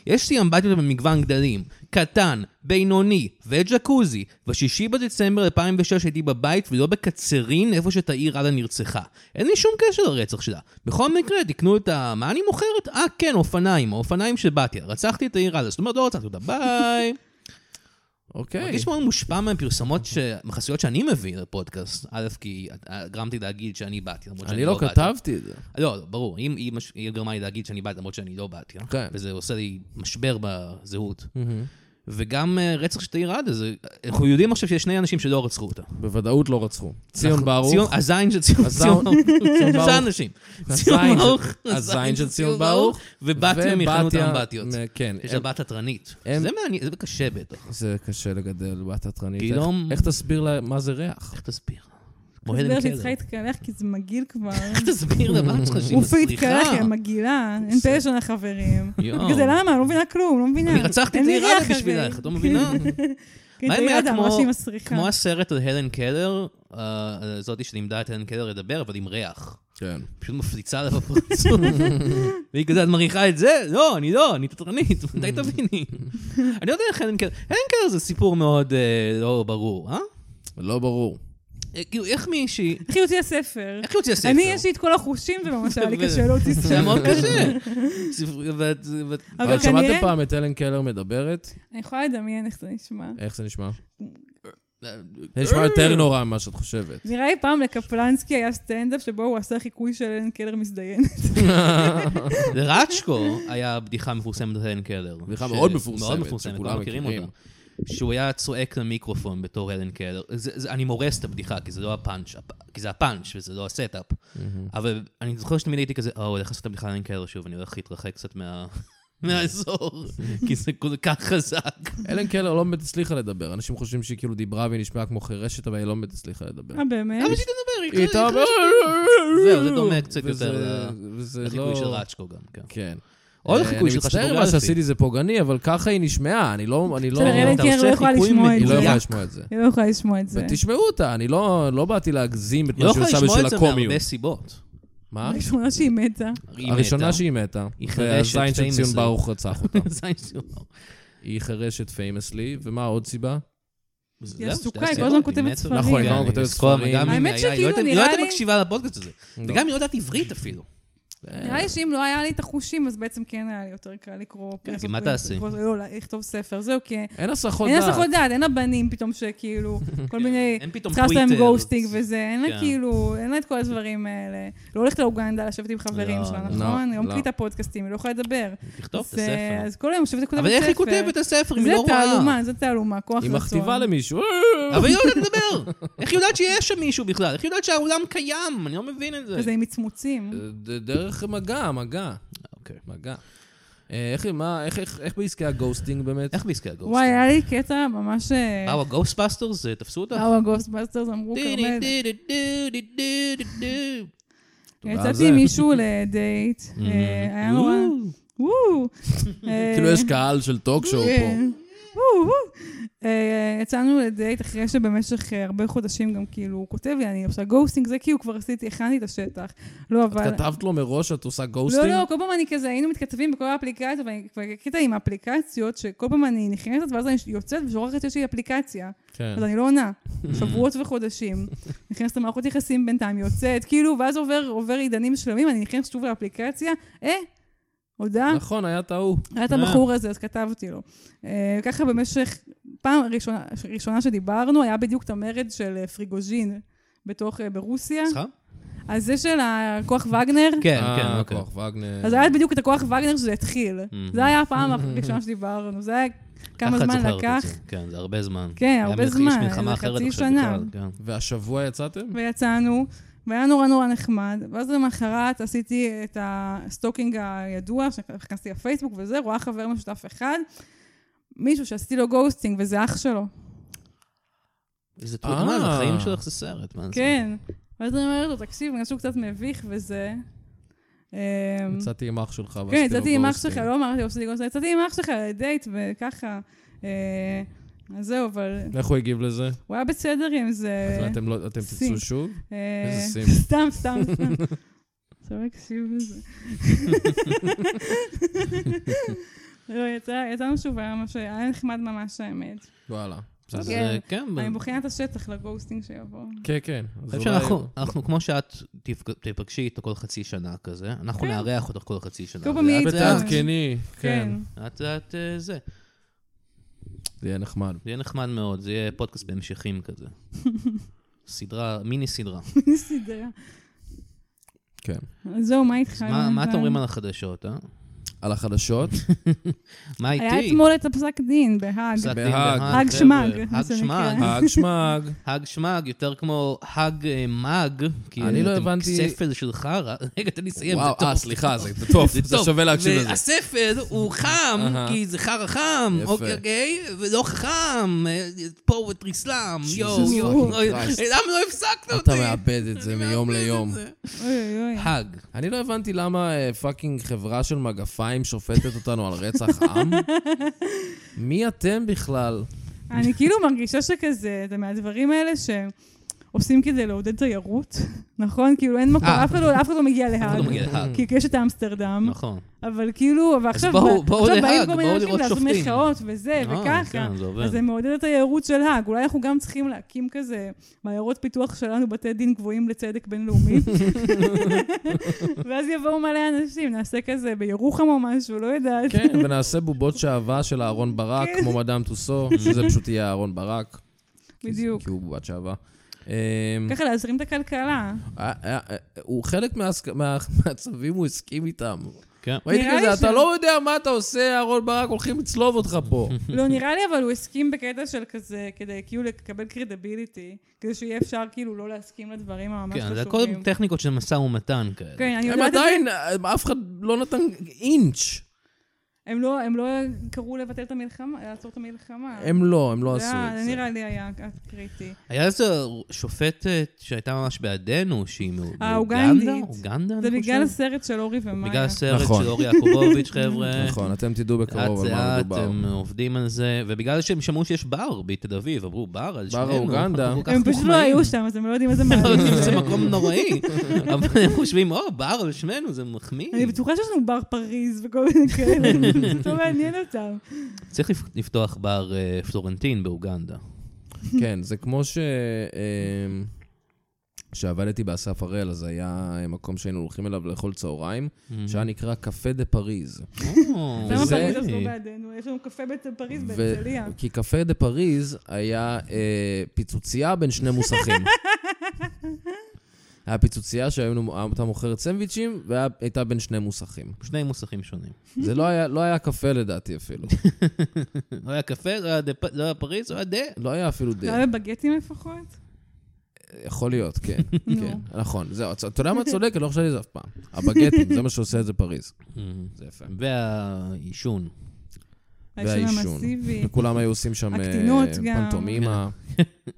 יש לי אמבטיות במגוון גדלים, קטן, בינוני וג'קוזי. בשישי בדצמבר 2006 הייתי בבית ולא בקצרין, איפה שתאיר עדה נרצחה. אין לי שום קשר לרצח שלה. בכל מקרה, תקנו את ה... מה אני מוכרת? אה, כן, אופניים, האופניים שבאתי. רצחתי את העיר עדה, זאת אומרת, לא רצחתי אותה, ביי.
אוקיי.
מרגיש מאוד מושפע מהפרסומות, ש- מהחסויות שאני מביא לפודקאסט. א', כי אה, גרמתי להגיד שאני באתי, למרות שאני
אני
לא
לא
באתי.
כתבתי את זה.
לא, לא, ברור, אם היא מש- היא גרמה לי להגיד שאני באתי, למרות שאני לא באתי. אה?
כן.
וזה עושה לי משבר בזהות. וגם אה, רצח של תאיר עדה, זה- אנחנו יודעים עכשיו שיש שני אנשים שלא רצחו אותה.
בוודאות לא רצחו. ציון
אנחנו-
ברוך.
נכון. ציון- הזין של ציון
הזין-
ציון ברוך.
ציון ברוך.
שלושה אנשים.
הזין
ציון
של-
ברוך,
הזין של ציון ברוך,
ובתיה מחנות
ובתיה-
האמבטיות.
מ- כן.
יש
הם-
לה בת התרנית.
הם-
זה מעניין, זה קשה בטח.
זה קשה לגדל בת התרנית.
גילאום-
איך- איך תסביר לה מה זה ריח?
איך תסביר? כמו
אני
הלם
חושבת שהיא צריכה
קלר.
להתקלח כי זה מגעיל כבר.
איך תסביר לבת שלך שהיא
רופאי התקלח,
מצליחה?
היא מגעילה, אין פלא של החברים.
יואו.
כזה, למה? אני לא מבינה כלום, לא מבינה.
אני רצחתי את
אין לי
תאיר עדה
ריח
בשבילך,
הרי.
את לא מבינה?
כן,
מה אם
תאיר
היה
עדה אמרה
כמו-
שהיא מסריחה.
כמו הסרט על הלן קלר, אה, זאתי שלימדה את הלן קלר לדבר, אבל עם ריח.
כן.
פשוט מפליצה לה בפרצוף. והיא כזה, את מריחה את זה? לא, אני לא, אני תתרנית, מתי תביני? אני לא יודע איך הלן קלר, הלן קלר זה סיפור מאוד אה, לא ברור, אה?
לא ברור.
אה, כאילו, איך מישהי,
איך יוציא הספר?
איך יוצא ספר?
אני, יש לי את כל החושים, וממש היה לי
ו-
קשה להוציא
זה היה
ספר.
מאוד קשה. ספר- ואת- ואת-
אבל
אבל שמעתם
כנראה-
פעם את הלן קלר מדברת?
אני יכולה לדמיין איך זה נשמע.
איך זה נשמע? זה
אה!
נשמע יותר נורא ממה שאת חושבת.
נראה לי פעם לקפלנסקי היה סטנדאפ שבו הוא עשה חיקוי של אלן קלר מזדיין.
לרצ'קו היה בדיחה מפורסמת על הלן קלר.
בדיחה
ש-
מאוד מפורסמת,
מאוד מפורסמת,
שכולם
כולם מכירים
מכירים.
אותה. שהוא היה צועק למיקרופון בתור הלן קלר. זה- זה- אני מורס את הבדיחה, כי זה לא הפאנץ', הפ- כי זה הפאנץ' וזה לא הסטאפ. אבל אני זוכר שתמיד הייתי כזה, או, הולך לעשות את הבדיחה על הלן קלר שוב, אני הולך להתרחק קצת מה- מהאזור, כי זה כל כך חזק.
אלן קלר לא באמת הצליחה לדבר. אנשים חושבים שהיא כאילו דיברה והיא נשמעה כמו חירשת, אבל היא לא באמת הצליחה לדבר.
אה, באמת?
למה שהיא תדבר?
היא הייתה...
זהו, זה דומה קצת
וזה-
יותר ל-
וזה
לחיקוי
לא-
של רצ'קו גם, כן.
כן.
עוד
אה,
חיקוי שלך
אני מצטער מה
שפוגרפי.
שעשיתי זה פוגעני, אבל ככה היא נשמעה, אני לא... אני לא...
בסדר, אלן
אתה
קלר
עושה
לא יכולה
חיקוי
לשמוע את
היא לא
זה.
יכולה
מדויק.
לשמוע את זה.
היא לא יכולה לשמוע את זה.
ותשמעו אותה, אני לא לא באתי להגזים את
לא
מה שהיא
יכולה
עושה
לשמוע את
בשביל
זה מהרבה
הקומיות.
סיבות.
מה?
הראשונה שהיא מתה.
היא
הראשונה
מתה.
שהיא מתה,
היא חירשת,
והזין של ציון
famously.
ברוך רצח אותה.
זין סיומה.
היא חירשת פיימסלי, ומה עוד סיבה? לא,
היא עסוקה, היא כל הזמן כותבת ספרים.
נכון, היא כל הזמן כותבת ספרים.
האמת שכאילו
לא
נראה
הייתה
לי-
מקשיבה לפודקאסט הזה. וגם היא לא יודעת עברית אפילו.
נראה לי שאם לא היה לי את החושים, אז בעצם כן היה לי יותר קל לקרוא.
כן, כי
לעשות
מה
פרינט-
תעשי?
לקרוא- לא, לכתוב ספר, זהו, כי...
אין הסחות
אין הסחות
דעת.
דעת, אין הבנים פתאום שכאילו, כל מיני...
אין פתאום
צריכה לעשות להם
טוויטר.
גוסטינג וזה, אין לה
כן.
כאילו, אין לה את כל הדברים האלה. לא הולכת לאוגנדה לשבת עם חברים
לא,
שלה,
לא,
נכון? היא לא
לא.
מקליטה פודקאסטים, היא לא יכולה לדבר.
תכתוב את
אז, אה,
הספר.
אז כל היום יושבת וכותבת ספר.
אבל איך היא כותבת את הספר אם היא לא
זה
רואה?
תעלומה, זה תעלומה, כוח
היא
רצון.
מכתיבה למישהו. אה,
אבל היא לא יודעת לדבר. איך היא יודעת שיש שם מישהו בכלל? איך היא יודעת שהאולם קיים? אני לא מבין את
וזה
זה. אה,
עם מצמוצים.
ד- דרך מגע, מגע.
אוקיי.
מגע. אה, איך, מה, איך, איך, איך בעסקי הגוסטינג באמת?
איך בעסקי
וואי, אה,
הגוסט?
היה לי קטע ממש... אה,
באו הגוסטבאסטרס? אה, תפסו אותה?
באו הגוסטבאסטרס אמרו כרמל.
תודה על
יצאתי
זה.
עם מישהו לדייט,
Mm-hmm.
אה, היה נורא... וואו. אה,
כאילו יש קהל של טוק שואו פה.
כן. וואו, וואו. אה, יצאנו לדייט אחרי שבמשך אה, הרבה חודשים גם כאילו הוא כותב לי, אני עושה גוסטינג, זה כאילו כבר עשיתי, הכנתי את השטח. לא, אבל...
כתבת לו מראש שאת עושה גוסטינג?
לא, לא, כל פעם אני כזה, היינו מתכתבים בכל האפליקציות, ואני כבר קטע עם האפליקציות, שכל פעם אני נכנסת, ואז אני יוצאת ושוכחת שיש לי אפליקציה.
כן.
אז אני לא עונה. שבועות וחודשים. נכנסת למערכות יחסים בינתיים, יוצאת, כאילו, ואז עובר, עובר עידנים שלמים, אני נכנסת שוב לאפליקציה, אה, הודעה,
נכון, היה טעו.
היה את
אה.
הבחור הזה, אז כתבתי לו. אה, ככה במשך, פעם ראשונה, ראשונה שדיברנו, היה בדיוק את המרד של אה, פריגוז'ין. בתוך, אה, ברוסיה.
סליחה?
אז זה של הכוח וגנר.
כן, כן, אוקיי.
אה, כוח וגנר.
אז אה? היה בדיוק את הכוח וגנר שזה התחיל.
Mhm.
זה היה הפעם הראשונה שדיברנו, זה היה כמה
ככה את
זמן
זוכרת את
לקח,
זה. כן, זה הרבה זמן.
כן,
היה
הרבה
מלח-
זמן,
יש מלחמה
איזה
אחרת
חצי
עכשיו
שנה.
בכלל, כן.
והשבוע יצאתם?
אה. ויצאנו, והיה נורא נורא נחמד, ואז למחרת עשיתי את הסטוקינג הידוע, שנכנסתי לפייסבוק וזה, רואה חבר משותף אחד, מישהו שעשיתי לו גוסטינג, וזה אח שלו,
איזה טעות, מה, זה
אה.
החיים שלך זה סרט, מה זה?
כן. ואז אני אומרת לו, תקשיב, משהו קצת מביך וזה. אמ,
יצאתי עם אח שלך.
כן,
ועשיתי לו
יצאתי עם אח
גוסטינג.
שלך, לא אמרתי לו עשיתי גוסטינג, יצאתי עם אח שלך לדייט וככה. אה, אז זהו, אבל
איך הוא הגיב לזה?
הוא היה בסדר עם זה.
אז מה, אתם לא- אתם
סים.
תצאו שוב?
אה,
איזה סים.
סתם, סתם, סתם. עכשיו הקשיב לזה. לא, יצא- יצאנו שוב, היה ממש, היה נחמד ממש האמת.
וואלה.
זה- זה-
כן.
כן,
אני
אני
בוחנת את השטח לגוסטינג שיבוא.
כן, כן. אז
חושב
אולי-
שאנחנו, אנחנו, כמו שאת תפג- תפגשי איתו כל חצי שנה כזה, אנחנו
כן.
נארח אותך כל חצי שנה.
כל פעם יהיה
ואת-
איתנו.
ואת-
ותעדכני.
כן.
כן.
את יודעת, אה, זה.
זה יהיה נחמד.
זה יהיה נחמד מאוד, זה יהיה פודקאסט בהמשכים כזה. סדרה, מיני סדרה.
סדרה.
כן.
אז זהו, מה איתך?
אז מה מה
יונתן?
אתם אומרים על החדשות, אה?
על החדשות?
מה איתי?
היה אתמול את הפסק דין בהאג.
פסק דין
בהאג. אה,
בהאג,
האג
חבר'ה.
שמאג, מה
האג
שנקרא.
שמאג.
האג שמאג.
האג שמאג, יותר כמו האג אה, מאג, כי
אני לא
אתם
הבנתי-
ספל של חרא. רגע, תן לי לסיים, זה
וואו,
טוב.
אה, סליחה, זה זה טוב. זה שווה להקשיב לזה.
והספל הוא חם,
אהה.
כי זה חרא חם,
יפה.
אוקיי, אוקיי, ולא חכם, אה, פורט איסלאם, יואו,
Jesus
יואו.
fucking
אוי,
Christ.
למה לא הפסקת אותי?
אתה מאבד את זה מיום ליום.
אוי אוי אוי.
האג.
אני לא הבנתי למה אה, פאקינג חברה של מגפיים שופטת אותנו על רצח עם. מי אתם בכלל?
אני כאילו מרגישה שכזה, זה מהדברים האלה שעושים כדי לעודד תיירות, נכון? כאילו אין מקום,
אה.
אף אחד לא- אף אחד לא מגיע
אף אחד
להאג.
לא מגיע להאג.
כי יש את אמסטרדם,
נכון.
אבל כאילו, ועכשיו
בואו- בואו
עכשיו
להאג,
באים כל מיני
בואו
אנשים
לראות
לעשות
שופטים.
מחאות וזה,
אה,
וככה.
כן, זה עובד.
אז זה מעודד את התיירות של האג. אולי אנחנו גם צריכים להקים כזה בעיירות פיתוח שלנו בתי דין גבוהים לצדק בינלאומי. ואז יבואו מלא אנשים, נעשה כזה בירוחם או משהו, לא יודעת.
כן, ונעשה בובות שעווה של אהרון ברק,
כן.
כמו מדאם טוסו, שזה פשוט יהיה אהרון ברק. כי-
בדיוק. כן.
כי הוא בובת שעווה. אמ,
כן.
ככה להזרים את הכלכלה.
אה, אה, אה, הוא חלק מהס- מה- מהצווים, הוא הסכים איתם.
כן.
ראיתי
נראה לי
כזה, אתה
ש-
לא יודע מה אתה עושה, אהרון ברק, הולכים לצלוב אותך פה.
לא, נראה לי אבל הוא הסכים בקטע של כזה, כדי כאילו לקבל קרדביליטי, כדי שיהיה אפשר כאילו לא להסכים לדברים הממש
כן, זה הכל
חשובים.
טכניקות של משא ומתן כאלה.
כן, אני
הם
יודעת את זה.
עדיין, אה, אף אחד לא נתן אינץ'.
הם לא- הם לא קראו לבטל את המלחמה, לעצור את המלחמה.
הם לא, הם לא
זה
עשו
היה-
את
זה
זה.
נראה לי היה קריטי.
היה איזה שופטת שהייתה ממש בעדנו, שהיא מאוגנדה?
האוגנדית.
אוגנדה, אני
אה, זה
חושב.
בגלל הסרט של אורי ומאיה.
בגלל הסרט
נכון.
של אורי יעקובוביץ', חבר'ה.
נכון, אתם תדעו בקרוב על מה
לאט לאט
מדובר.
הם עובדים על זה, ובגלל שהם שמעו שיש בר בתל אביב, אמרו בר על
בר
שנינו.
אוגנדה."
אנחנו כל כך
הם פשוט לא
מוחמאים."
היו שם, אז הם לא יודעים איזה
לא,
אוקיי.
מעלים.
זה מקום נוראי, אבל הם חושבים, או, בר על שנינו, זה מחמיא.
אני בטוחה שיש לנו בר פריז וכל מיני כאלה, זה לא מעניין אותם.
צריך לפ- לפתוח בר אה, פלורנטין באוגנדה.
כן, זה כמו ש... אמ, כשעבדתי באסף הראל, אז היה מקום שהיינו הולכים אליו לאכול צהריים, שהיה נקרא קפה דה פריז.
או,
למה
וזה-
פריז אז לא בעדנו? יש לנו קפה בפריז
ו-
כן, בהרצליה.
כי קפה דה פריז היה אה, פיצוצייה בין שני מוסכים. היה פיצוצייה שהייתה מוכרת סנדוויצ'ים, והייתה בין שני מוסכים.
שני מוסכים שונים.
זה לא היה, לא היה קפה לדעתי אפילו.
לא היה קפה, לא היה דה פ- לא היה פריז, לא היה דה.
לא היה אפילו
זה
דה.
היה בבגטים לפחות?
יכול להיות, כן.
נו.
כן, נכון. זהו, אתה אתה יודע מה צודק? לא חשבתי על זה אף פעם. הבגטים, זה מה שעושה את זה פריז. זה יפה.
והעישון.
אה, העישון
והעישון.
המסיבי.
וכולם היו עושים שם אה,
הקטינות גם.
פנטומימה,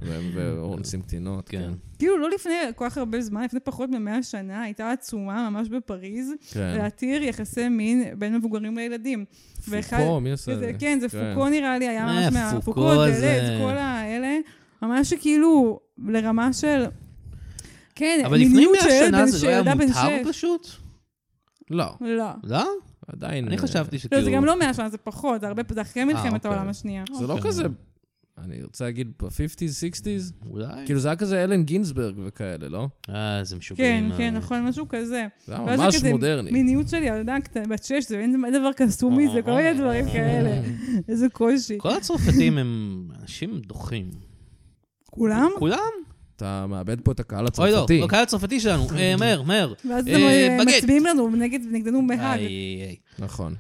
ו- ואונסים קטינות, כן.
כן.
כאילו לא לפני כל כך הרבה זמן, לפני פחות מ-100 שנה, הייתה עצומה ממש בפריז,
כן.
להתיר יחסי מין בין מבוגרים לילדים. ואחד-
פוקו, מי עשה את
זה,
זה?
כן, זה
כן.
פוקו נראה לי, היה
מה,
ממש
אה, פוקו
מהפוקו, דלת,
זה-
כל האלה. ממש שכאילו, לרמה של... כן,
אבל לפני
מיניות של
מאה
ילד
שנה
בן-
זה
של
לא היה
ילדה בן
מותר
שש.
פשוט?
לא,
לא.
לא?
עדיין...
אני
אה,
חשבתי
לא,
שכאילו...
זה גם לא מאה שנה, זה פחות, זה הרבה, זה אחרי מלחמת
כאילו- אוקיי.
העולם השנייה.
זה לא
אוקיי.
כזה... אני רוצה להגיד ב-50's, 60's?
אולי.
כן.
כאילו זה היה כזה אלן גינזברג וכאלה, לא?
אה, זה משוגעים.
כן,
אה.
כן, נכון, משהו כזה.
זה היה
ואז זה
ממש
כזה
מודרני.
מיניות של ילדה קטנה, בת שש, זה אין דבר
אה,
קסומי, זה כל מיני דברים כאלה. איזה קושי.
כל הצרפתים הם אנשים דוחים.
כולם?
כולם?
אתה מאבד פה את הקהל
אוי לא,
הצרפתי.
הקהל הצרפתי שלנו. אה, מהר, מהר.
ואז
אה,
הם אה,
בגט.
מצביעים לנו נגד- נגדנו בהאג.
איי, איי, איי.
נכון.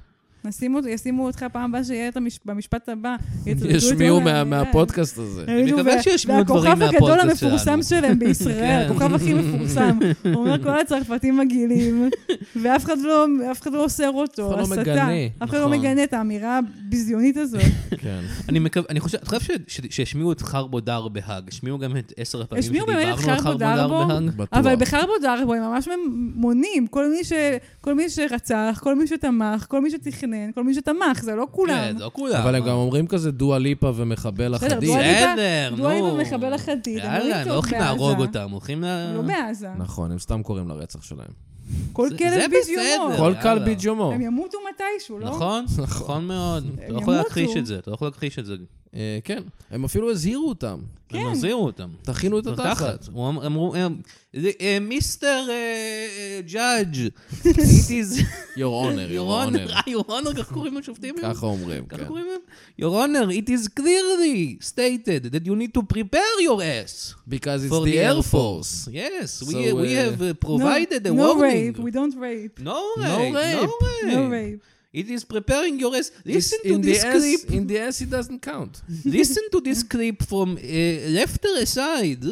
נשים אותו- ישימו אותך פעם הבאה שיהיה את המש- במשפט הבא. יטרדו את
ישמיעו
אורן,
מה-
אה,
מהפודקאסט הזה.
אני מקווה
וה-
שישמעו דברים
והכוכב הגדול
מהפודקאסט
המפורסם
שלנו.
שלהם בישראל,
כן.
הכוכב הכי מפורסם. הוא אומר, כל הצרפתים מגעילים, ואף אחד לא- אף אחד לא אוסר
אף
אותו,
אחד לא
הסתה.
מגנה,
אף אחד לא
נכון.
מגנה את האמירה הביזיונית הזאת.
כן.
אני מקווה, אני חושב, אתה חושב ש- ש- שהשמיעו את חרבו דר בהאג, השמיעו גם את עשר הפעמים
השמיעו
שדיברנו
באמת
על
את
חרבו
חרבו
דר
דרבו?
בהאג?
בטוח.
אבל בחרבו דרבו הם ממש מונים, כל מי, ש... כל מי שרצח, כל מי שתמך, כל מי שתכנן, כל מי שתמך, זה לא כולם.
כן, לא כולם.
אבל הם גם אומרים כזה דואה ליפה ומחבל
בסדר,
אחדי.
דואה ליפה-
בסדר, נו.
דואלים ומחבל החדיד, הם
יאללה, הם לא הולכים להרוג אותם, הולכים ל...
לא בעזה.
נכון, הם סתם קוראים לרצח שלהם.
כל
זה- זה
כלב
בסדר.
בזיומו.
כל
יאללה.
קל ביג'ומו.
אה, הם ימותו מתישהו, לא?
נכון, נכון מאוד. אתה לא יכול
ימותו.
להכחיש את זה, אתה לא יכול להכחיש את זה.
אה, כן, הם אפילו הזהירו אותם.
הם הזהירו אותם.
תכינו את התחת.
הוא אמר- אמרו, הם- זה, אה, מיסטר אה, ג'אדג', it is
Your honor,
your
your
honor,
honor.
אה, your honor, ככה קוראים לשופטים היום?
ככה אומרים,
ככה
כן.
קוראים להם? your honor, it is clearly stated that you need to prepare your ass.
Because it's
For
the
the
air
Air
force.
Yes, we,
So,
we
uh,
have uh,
No-
provided a
no
warning.
rape, we don't rape.
No
No
rape,
rape.
No rape.
It is preparing your ass.
It's
Listen to
in the
this clip.
ass- In the ass it doesn't count.
listen to this clip from uh, lefter aside.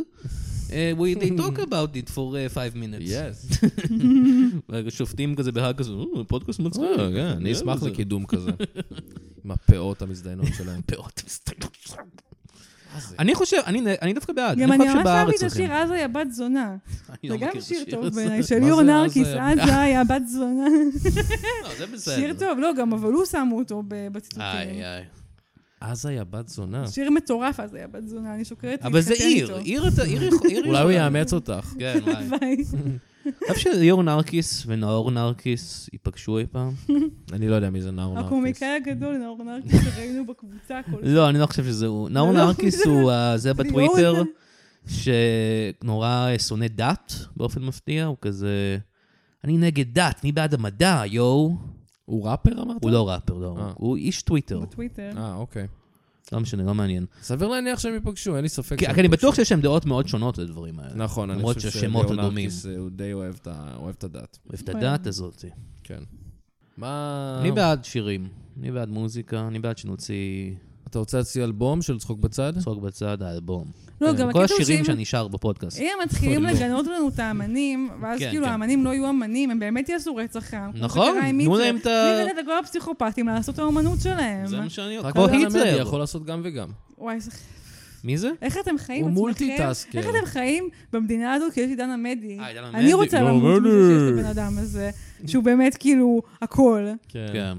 Uh, we, they talk about it for uh, five minutes.
Yes.
שופטים כזה בהאג כזה, "או, פודקאסט מצחיק.
אה, כן, אני אשמח
זה-
לקידום כזה. עם הפאות המזדיינות שלהם.
פאות מסתכלות. אני חושב, אני אני דווקא בעד.
גם אני
חושב
ממש אהבתי
שבארץ
את השיר
צריכים.
עזה היא הבת זונה.
אני
זה
לא
גם
מכיר את
שיר
השיר
טוב
הזה.
בעיניי, של
מה זה
ליאור נרקיס,
עזה?
עזה היא הבת זונה.
לא, זה בסדר.
שיר טוב, לא, גם אבל הוא שמו אותו ב-
איי,
בציטוטים.
איי.
אז היה בת זונה.
שיר מטורף אז היה בת זונה, אני שוקלת
אבל זה
להתחתן
עיר,
איתו.
עיר אתה- עיר יכול- עיר
אולי הוא
יכולה.
יאמץ אותך.
כן, וואי.
ביי.
אני חושב שליאור נרקיס ונאור נרקיס ייפגשו אי פעם.
אני לא יודע מי זה נאור נרקיס.
הקומיקאי הגדול, נאור נרקיס, שראינו בקבוצה כל
לא, אני לא חושב שזה הוא. נאור
לא,
נרקיס
זה-
הוא ה- זה בטוויטר,
ליאור.
שנורא שונא דת באופן מפתיע, הוא כזה... אני נגד דת, אני בעד המדע, יואו.
הוא ראפר אמרת?
הוא לא ראפר, לא.
אה.
הוא איש טוויטר.
בטוויטר.
אה, אוקיי.
לא משנה, לא מעניין.
סביר להניח שהם ייפגשו, אין לי ספק.
כי
שהם
כי אני בטוח
ייפגשו.
שיש להם דעות מאוד שונות לדברים האלה.
כן, נכון, אני
כן, למרות
חושב
שהשמות הדומים.
שלאונרקיס הוא די אוהב את ה- אוהב את הדת.
אוהב את הדעת הזאת.
כן. מה...
אני בעד שירים, אני בעד מוזיקה, אני בעד שנוציא
אתה רוצה להציע אלבום של צחוק בצד?
צחוק בצד האלבום.
לא,
כן,
גם
כל
הקטע הוא
השירים
שאם
שאני שר בפודקאסט.
אם הם מתחילים
לא.
לגנות לנו את האמנים, ואז
כן,
כאילו
כן.
האמנים לא יהיו אמנים, הם באמת יעשו רצח עם. כמו
נכון,
שקרה עם
תנו
היטלר.
להם את ה-
תני להם את כל הפסיכופטים לעשות את האומנות שלהם.
זה מה שאני
רק
כמו
אדם עמדי
היטלר.
יכול לעשות גם וגם.
וואי, איזה
מי זה?
איך אתם חיים
הוא
עצמכם?
מולטיטאסקר.
איך אתם חיים במדינה הזאת כי יש עידן עמדי?
אה, עידן עמדי,
אני רוצה
לא,
למות
עמדי.
מישהו שיש לבן אדם הזה, שהוא באמת כאילו הכל.
כן.
כן.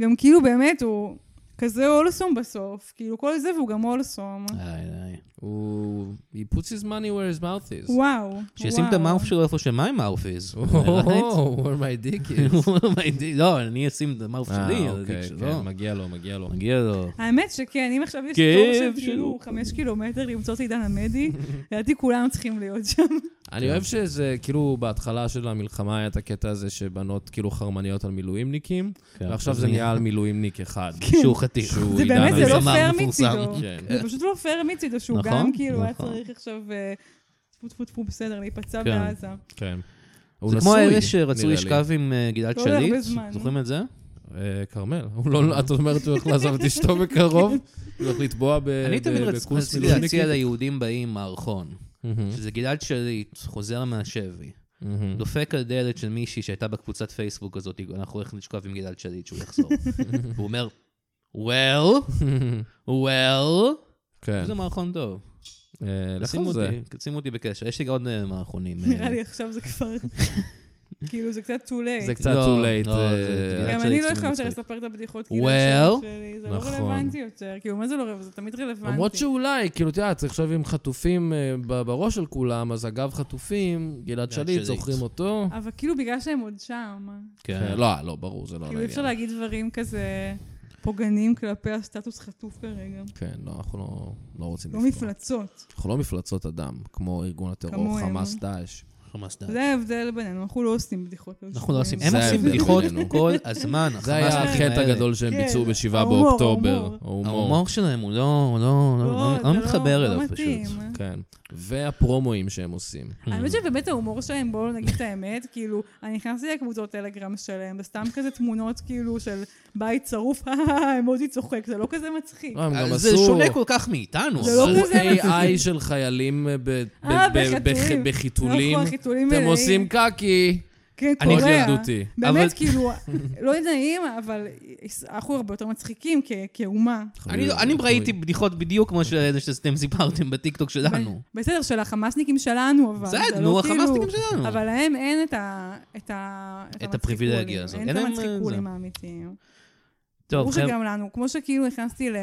גם כאילו באמת הוא כזה הולסום בסוף. כאילו כל זה והוא גם הולסום.
איי, איי.
הוא... He puts his money where his mouth is.
וואו.
שישים את
וואו.
המאוף שלו איפה שמיי מאוף איז.
Oh, where my dick is.
לא, אני אשים את המאוף שלי,
אה,
על
אוקיי,
הדיק שלו.
כן, מגיע לו, מגיע לו.
מגיע לו.
האמת שכן, אם עכשיו יש
כאב
תור של
שלו.
כאילו חמש קילומטר למצוא את עידן עמדי, לדעתי כולנו צריכים להיות שם.
כן.
אני אוהב שזה, כאילו, בהתחלה של המלחמה היה את הקטע הזה שבנות כאילו חרמניות על מילואימניקים,
כן.
ועכשיו זה נהיה על מילואימניק אחד.
שהוא חתיך.
שהוא
כן. זה
עידן
באמת, זה לא
הזמר
פייר
המפורסם.
מצידו.
כן.
זה פשוט לא פייר מצידו, שהוא
נכון,
גם כאילו היה
נכון.
צריך עכשיו... אה, טפו טפו טפו בסדר, להיפצע
כן.
בעזה.
כן. הוא
זה כמו
נשוי,
אלה שרצו
נראה לי.
לשכב עם אה, גלעד
לא להרבה
שליט,
זמן.
זוכרים את זה?
אה, כרמל, הוא לא, את אומרת שהוא הולך לעזוב את אשתו בקרוב, הוא הולך לטבוע ב-
אני תמיד
ב-
רצ-
בקורס
רציתי להציע
מילואימניקים. Mm-hmm.
ליהודים באים מערכון,
מהמם,
שזה גלעד שליט חוזר מהשבי,
Mm-hmm. מהמם.
דופק על דלת של מישהי שהייתה בקבוצת פייסבוק הזאת, אנחנו הולכים לשכב עם גלעד שליט שהוא יחזור. הוא אומר, well, well,
כן,
זה מערכון טוב.
אה, לך
שימו
על זה.
אותי, שימו אותי בקשר, יש לי עוד אה, מערכונים. אה,
נראה לי עכשיו זה כבר... כאילו, זה קצת too
זה
late.
קצת
לא,
too late.
לא, זה-
אה,
זה-
גם
זה
אני לא
מצחיק.
יכולה יותר לספר את הבדיחות כאילו
Well,
שלי, זה לא
נכון.
רלוונטי יותר. כאילו, מה זה לא רלוונטי? זה תמיד רלוונטי.
למרות שאולי, כאילו, אתה יודע, צריך לחשוב עם חטופים אה, ב- בראש של כולם, אז אגב חטופים, גלעד שליט,
שליט.
זוכרים אותו.
אבל כאילו, בגלל שהם עוד שם.
כן.
לא, לא, ברור, זה לא
כאילו, אי אפשר
לעניין.
להגיד דברים כזה פוגעניים כלפי הסטטוס חטוף כרגע.
כן, לא, אנחנו לא- לא רוצים
לא
לפגוע.
מפלצות.
אנחנו לא מפלצות אדם, כמו ארגון הטרור,
כמוהם.
חמאס, דאעש.
חמאס דעת.
זה ההבדל בינינו, אנחנו לא עושים בדיחות.
אנחנו לא עושים,
זה
הם עושים
ההבדל
בדיחות
בינינו.
כל הזמן. החמאס
זה היה
דעת
החטא
האלה.
הגדול שהם
כן,
ביצעו ב-7
ההומור,
באוקטובר.
ההומור.
ההומור.
ההומור שלהם הוא לא, לא, לא, לא, לא מתחבר אליו פשוט. Mm.
כן. והפרומואים שהם עושים.
האמת שבאמת ההומור שלהם, בואו נגיד את האמת, כאילו, אני נכנסתי לקבוצות טלגרם שלהם, וסתם כזה תמונות כאילו של בית שרוף, אה, אמוג'י צוחק, זה לא כזה מצחיק.
לא, הם גם
אז אה, זה
עשו...
שונה כל כך מאיתנו.
זה לא
אבל-
עשו
כזה
AI של חיילים ב- ב-
אה,
ב-
בחיתולים.
בח- בחיתולים.
נכון, חיתולים
אתם
מלאים.
עושים קקי.
כן,
אני
מאוד
קורע.
ילדותי.
באמת,
אבל-
כאילו, לא נעים, אבל אנחנו הרבה יותר מצחיקים כ- כאומה.
אני- לא- אני ראיתי בדיחות בדיוק כמו שאלה שאתם סיפרתם בטיקטוק שלנו.
בסדר, של החמאסניקים שלנו, אבל.
זה,
לא
נו,
כאילו-
החמאסניקים
אה.
שלנו.
אבל להם אין את ה... את ה... המצחיקולים,
הפריבילגיה הזאת.
אין
אין
את
להם,
המצחיקולים
אה,
זה.
האמיתיים.
טוב,
ברור
חבר'ה,
שגם לנו, כמו שכאילו נכנסתי ל...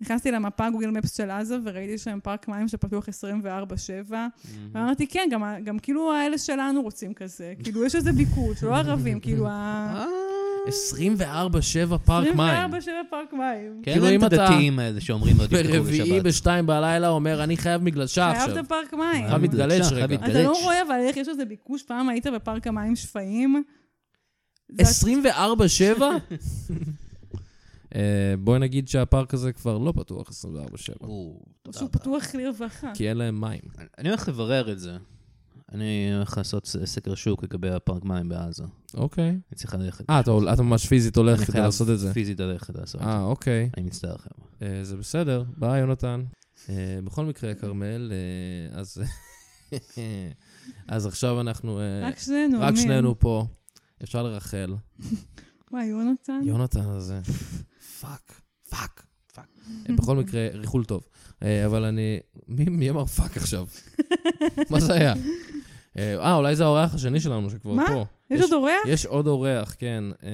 נכנסתי למפה גוגל מפס של עזה וראיתי שם פארק מים שפתוח 24-7 ואמרתי כן, גם, ה- גם כאילו האלה שלנו רוצים כזה, כאילו יש איזה ביקוש, לא ערבים, כאילו ה...
אה,
24-7 פארק מים.
24-7 פארק מים.
כן,
כאילו,
אין
אם
את
אתה-
הדתיים האלה שאומרים לא תפתחו
ברביעי
בשבת.
בשתיים בלילה אומר, אני חייב מגלשה
חייב
עכשיו.
את הפארק מים.
חייב
מתגלש
מתגלש
אה, חייב
רגע.
להתגלש.
אתה לא רואה אבל איך יש איזה ביקוש, פעם היית בפארק המים שפיים. זה-
24-7? אה, בואי נגיד שהפארק הזה כבר לא פתוח 24-7,
או, תודה
שהוא
רבה.
פתוח לרווחה.
כי אין להם מים.
אני הולך לברר את זה. אני הולך לעשות ס- סקר שוק לגבי הפארק מים בעזה. אני
אוקיי.
צריך ללכת.
אה, אתה הול- אתה ממש פיזית הולך
אני
כדי
חייב
לעשות את זה.
פיזית ללכת לעשות את זה.
אה, אוקיי.
אני מצטער חבר'ה.
אה, זה בסדר, ביי, יונתן. אה, בכל מקרה, כרמל, אה, אז... אז עכשיו אנחנו... אה,
רק שנינו,
רק
אמן.
שנינו פה. אפשר לרחל.
וואי, יונתן.
יונתן הזה. פאק, פאק, פאק. אה, בכל מקרה, ריחול טוב. אה, אבל אני... מי מי אמר פאק עכשיו? מה זה היה? אה, אה, אולי זה האורח השני שלנו שכבר
מה?
פה.
יש עוד אורח?
יש עוד אורח, כן. אה,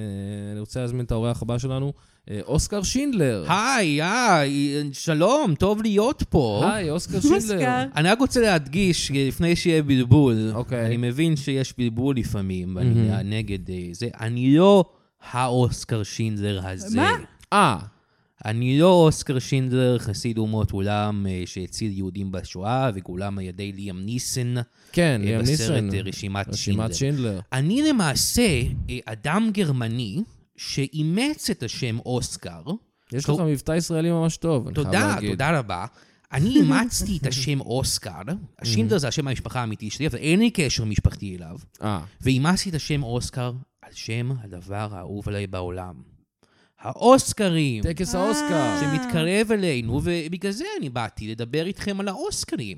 אני רוצה להזמין את האורח הבא שלנו, אה, אוסקר שינדלר.
היי, היי, שלום, טוב להיות פה.
היי, אוסקר שינדלר.
אוסקר.
אני רק רוצה להדגיש, לפני שיהיה בלבול,
אוקיי.
אני מבין שיש בלבול לפעמים,
מהמם.
ואני נגד אה, זה. אני לא האוסקר שינדלר הזה.
מה?
אה,
אני לא אוסקר שינדלר, חסיד אומות עולם אה, שהציל יהודים בשואה, וגולם על ידי ליאם ניסן אה,
כן, ליאם ניסן.
בסרט אה, רשימת שינדלר.
רשימת שינדלר.
אני למעשה אה, אדם גרמני שאימץ את השם אוסקר,
יש לך
קור-
מבטא ישראלי ממש טוב, אני חייב
תודה,
להגיד.
תודה רבה. אני אימצתי את השם אוסקר,
Mm.
השינדר זה השם המשפחה האמיתי שלי, אבל אין לי קשר משפחתי אליו,
אה,
ואימצתי את השם אוסקר על שם הדבר האהוב עליי בעולם. האוסקרים,
טקס
אה.
האוסקר.
שמ-
שמתקרב אלינו, ובגלל זה אני באתי לדבר איתכם על האוסקרים.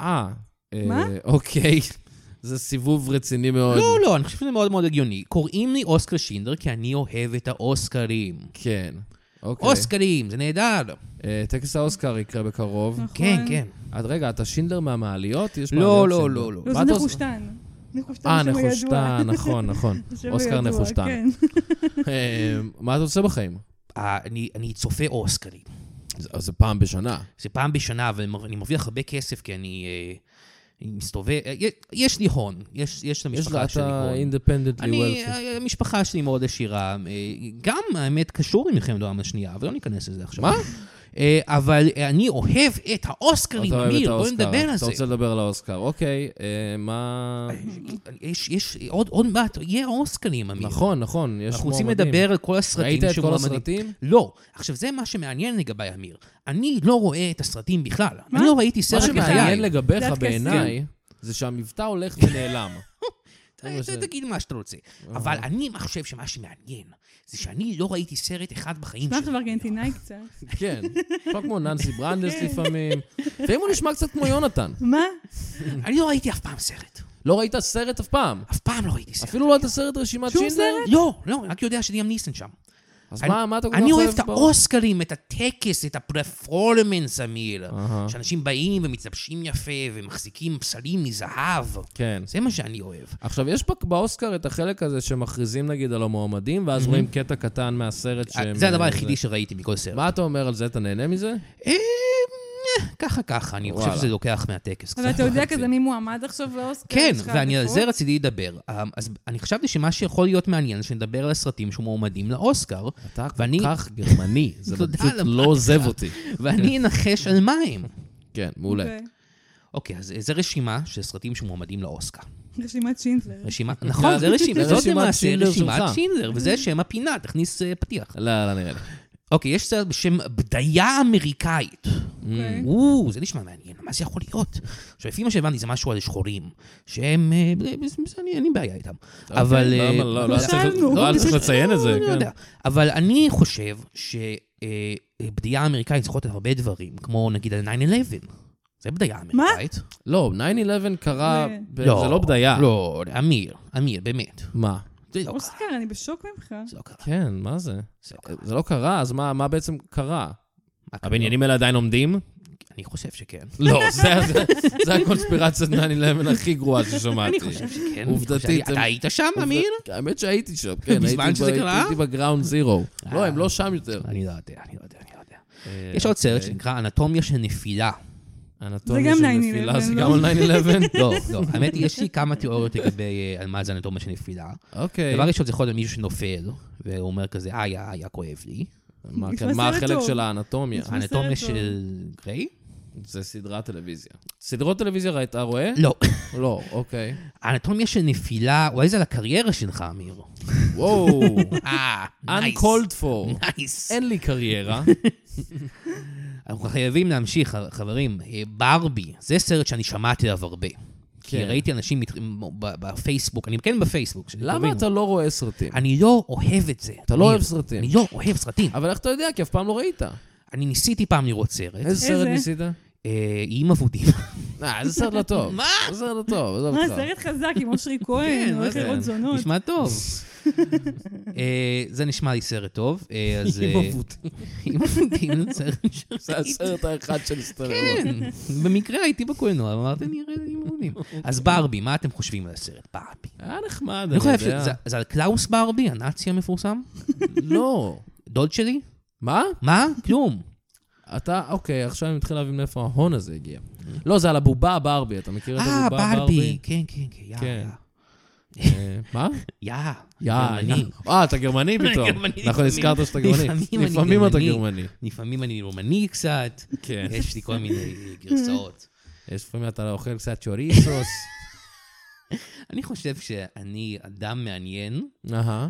אה, אה,
מה?
אוקיי. זה סיבוב רציני מאוד.
לא, לא, אני חושב שזה מאוד מאוד הגיוני. קוראים לי אוסקר שינדר כי אני אוהב את האוסקרים.
כן. אוקיי.
אוסקרים, זה נהדר.
אה, טקס האוסקר יקרה בקרוב.
נכון.
כן, כן.
אז רגע, אתה שינדלר מהמעליות? יש
לא,
מעליות
לא,
שינדלר.
לא, לא.
לא,
מה
זה
אתה עושה?
נחושתן. נחושתן
אה,
שהוא ידוע.
נחושתן, נכון, נכון.
שהוא
אוסקר
ידוע,
נחושתן.
כן.
אה, מה אתה עושה בחיים?
אה, אני אני צופה אוסקרים.
זה- זה פעם בשנה.
זה פעם בשנה, ואני מרוויח הרבה כסף כי אני אה, מסתובב... אה, יש- יש לי הון, יש יש
יש
למשפחה
לך,
שלי
אתה
הון.
אינדפנדנטלי
אני,
וולפי.
אה, המשפחה שלי מאוד עשירה, אה, גם האמת קשור למלחמת העולם השנייה, אבל לא ניכנס לזה עכשיו.
מה?
אה, אבל אה, אני אוהב את האוסקרים,
אתה אוהב את
אמיר, בוא
האוסקר.
נדבר על
אתה
זה.
רוצה לדבר על האוסקר, אוקיי. אה, מה...
יש, יש, עוד, עוד מעט, יהיה אוסקרים, אמיר.
נכון, נכון, יש
אנחנו רוצים
מועמדים.
לדבר על כל הסרטים
ראית את כל
שמועמדים.
הסרטים?
לא. עכשיו, זה מה שמעניין לגביי, אמיר. אני לא רואה את הסרטים בכלל. אני לא ראיתי
מה
סרט בחיי.
שמעניין
זה
לגביך
הטקסים.
בעיניי,
כן.
זה שהמבטא הולך ונעלם.
אתה-
זה אה. מה
אתה
ש-
תגיד מה שאתה רוצה. אבל אני חושב שמה שמעניין, זה שאני לא ראיתי סרט אחד בחיים
נשמע עכשיו ארגנטינאי קצת.
כן, נשמע כמו ננסי ברנדס
כן.
לפעמים. לפעמים הוא נשמע קצת כמו יונתן.
מה?
אני לא ראיתי אף פעם סרט.
לא ראית סרט אף פעם.
אף פעם לא ראיתי סרט.
אפילו לא את הסרט רשימת
שום
שינדלר?
לא, לא, רק יודע שליאם ניסן שם.
אז
אני-
מה, מה אתה כל כך
אני אוהב את
בו?
האוסקרים, את הטקס, את הפרפורמנס, אמיר.
אהה.
שאנשים באים ומתלבשים יפה ומחזיקים פסלים מזהב.
כן.
זה מה שאני אוהב.
עכשיו, יש בק- באוסקר את החלק הזה שמכריזים נגיד על המועמדים, ואז רואים קטע קטן מהסרט שהם... אה,
זה הדבר היחידי שראיתי מכל סרט.
מה אתה אומר על זה? אתה נהנה מזה?
אה, ככה ככה, אני חושב
וואלה.
שזה לוקח מהטקס קצת.
אבל אתה יודע
וחצי.
כזה מי מועמד עכשיו לאוסקר?
כן,
יש לך
ואני על
עדיפות?
זה רציתי לדבר. אה, אז אני חשבתי שמה שיכול להיות מעניין, שנדבר על הסרטים שמועמדים לאוסקר,
אתה כל
ואני-
כך גרמני, זה
תודה
פשוט
על
לא
המעקב.
עוזב אותי.
ואני אנחש על מים.
כן, מעולה.
אוקיי.
אוקיי, אז זו רשימה של סרטים שמועמדים לאוסקר.
רשימת שינדלר.
אה,
רשימה, נכון, זה רשימה,
זה
זאת
רשימת
למעשה
שינדלר
רשימת
שלך. אה.
שינדלר, וזה שם הפינה, תכניס אה, פתיח.
לא, לא נראה לי.
אוקיי, יש סרט בשם בדיה אמריקאית.
אוקיי.
וואו, זה נשמע מעניין, מה זה יכול להיות? עכשיו, לפי מה שהבנתי, זה משהו על שחורים, שהם... אה, זה- זה- אני- אין לי בעיה איתם. אבל...
אוקיי,
אה,
למה לא? לא היה צריך-
חשבנו.
לא היה צריך לציין את זה,
אני לא
כן.
יודע. אבל אני חושב שבדיעה אמריקאית צריכה להיות על הרבה דברים, כמו נגיד על 9-11. זה בדייה אמריקאית.
לא, 9-11 קרה,
זה-
ב- זה לא בדיה.
לא, אמיר, אמיר, באמת.
מה?
זה לא קרה.
אוסקר, אני בשוק ממך.
זה לא קרה.
כן, מה זה?
זה לא קרה.
זה לא קרה, אז מה מה בעצם קרה?
מה קרה?
הבניינים האלה עדיין עומדים?
אני חושב שכן.
לא, זה- זה- זה הקונספירציית 9-11 הכי גרועה ששמעתי.
אני חושב שכן.
עובדתית,
אתה
הם-
היית שם, אמיר?
האמת שהייתי שם, כן.
בזמן
הייתי
שזה
ב-
קרה?
הייתי בגראונד זירו.
אה.
לא, הם לא שם יותר.
אני לא יודע, אני לא יודע, אני לא יודע.
אה,
יש עוד סרט שנקרא אנטומיה של נפילה.
אנטומיה
זה
של
גם 9/11,
נפילה, זה
לא?
גם על 9-11?
לא, לא, האמת היא, יש לי כמה תיאוריות לגבי אה, על מה זה אנטומיה של נפילה.
אוקיי.
דבר ראשון, זה יכול להיות מישהו שנופל, והוא אומר כזה, איי, איי, היה כואב לי.
מה-
נשמע
מה
סרט
החלק
טוב.
של האנטומיה?
נשמע- בסדר,
האנטומיה
טוב.
של גריי?
זה סדרת טלוויזיה. סדרות טלוויזיה ראית, אה, רואה?
לא.
לא, אוקיי.
האנטומיה של נפילה, וואי, זה על הקריירה שלך, אמיר.
וואו,
אה, נייס.
uncalled for.
נייס.
אין לי קריירה.
אנחנו חייבים להמשיך, ח- חברים. אה, ברבי, זה סרט שאני שמעתי עליו הרבה. כי
כן.
ראיתי אנשים מת- ב- בפייסבוק, אני כן בפייסבוק. שכתובים.
למה אתה לא רואה סרטים?
אני לא אוהב את זה.
אתה לא
אמיר.
אוהב סרטים.
אני לא אוהב סרטים.
אבל איך אתה יודע? כי אף פעם לא ראית.
אני ניסיתי פעם לראות סרט,
איזה סרט
איזה?
ניסית?
אה, איים אבודים.
אה, זה סרט לא טוב.
מה?
זה סרט לא כן, טוב, עזוב
מה,
אותך.
סרט חזק עם אושרי כהן,
מה
הולך
זה?
לראות כן, אוקיי, זונות.
נשמע טוב. אה, זה נשמע לי סרט טוב. אה, אז... אה,
איים אבודים.
איים אבודים, זה סרט
זה
שראיתי.
הסרט האחד של סטרלו.
כן, במקרה הייתי בקולנוע, אמרתי, אני אראה איים אבודים.
אוקיי.
אז ברבי, מה אתם חושבים על הסרט? ברבי.
היה נחמד,
אני
אני
חושב שזה
יודע.
זה על קלאוס ברבי, הנאצי המפורסם?
לא.
דוד שלי?
מה?
מה? כלום.
אתה, אוקיי, עכשיו אני מתחיל להבין מאיפה ההון הזה הגיע. לא, זה על הבובה ברבי, אתה מכיר את
אה,
הבובה
ברבי.
ברבי?
כן, כן, כן, יא,
כן.
יא.
אה, מה?
יא.
יא,
גרמני.
יא. אה, אתה גרמני
אני
פתאום.
גרמני
נכון,
לפעמים.
הזכרת שאתה גרמני.
לפעמים אני
לפעמים אתה
גרמני.
גרמני.
לפעמים אני רומני קצת,
כן.
יש לי כל מיני גרסאות.
יש לפעמים אתה אוכל קצת שוריסוס.
אני חושב שאני אדם מעניין,
אהה.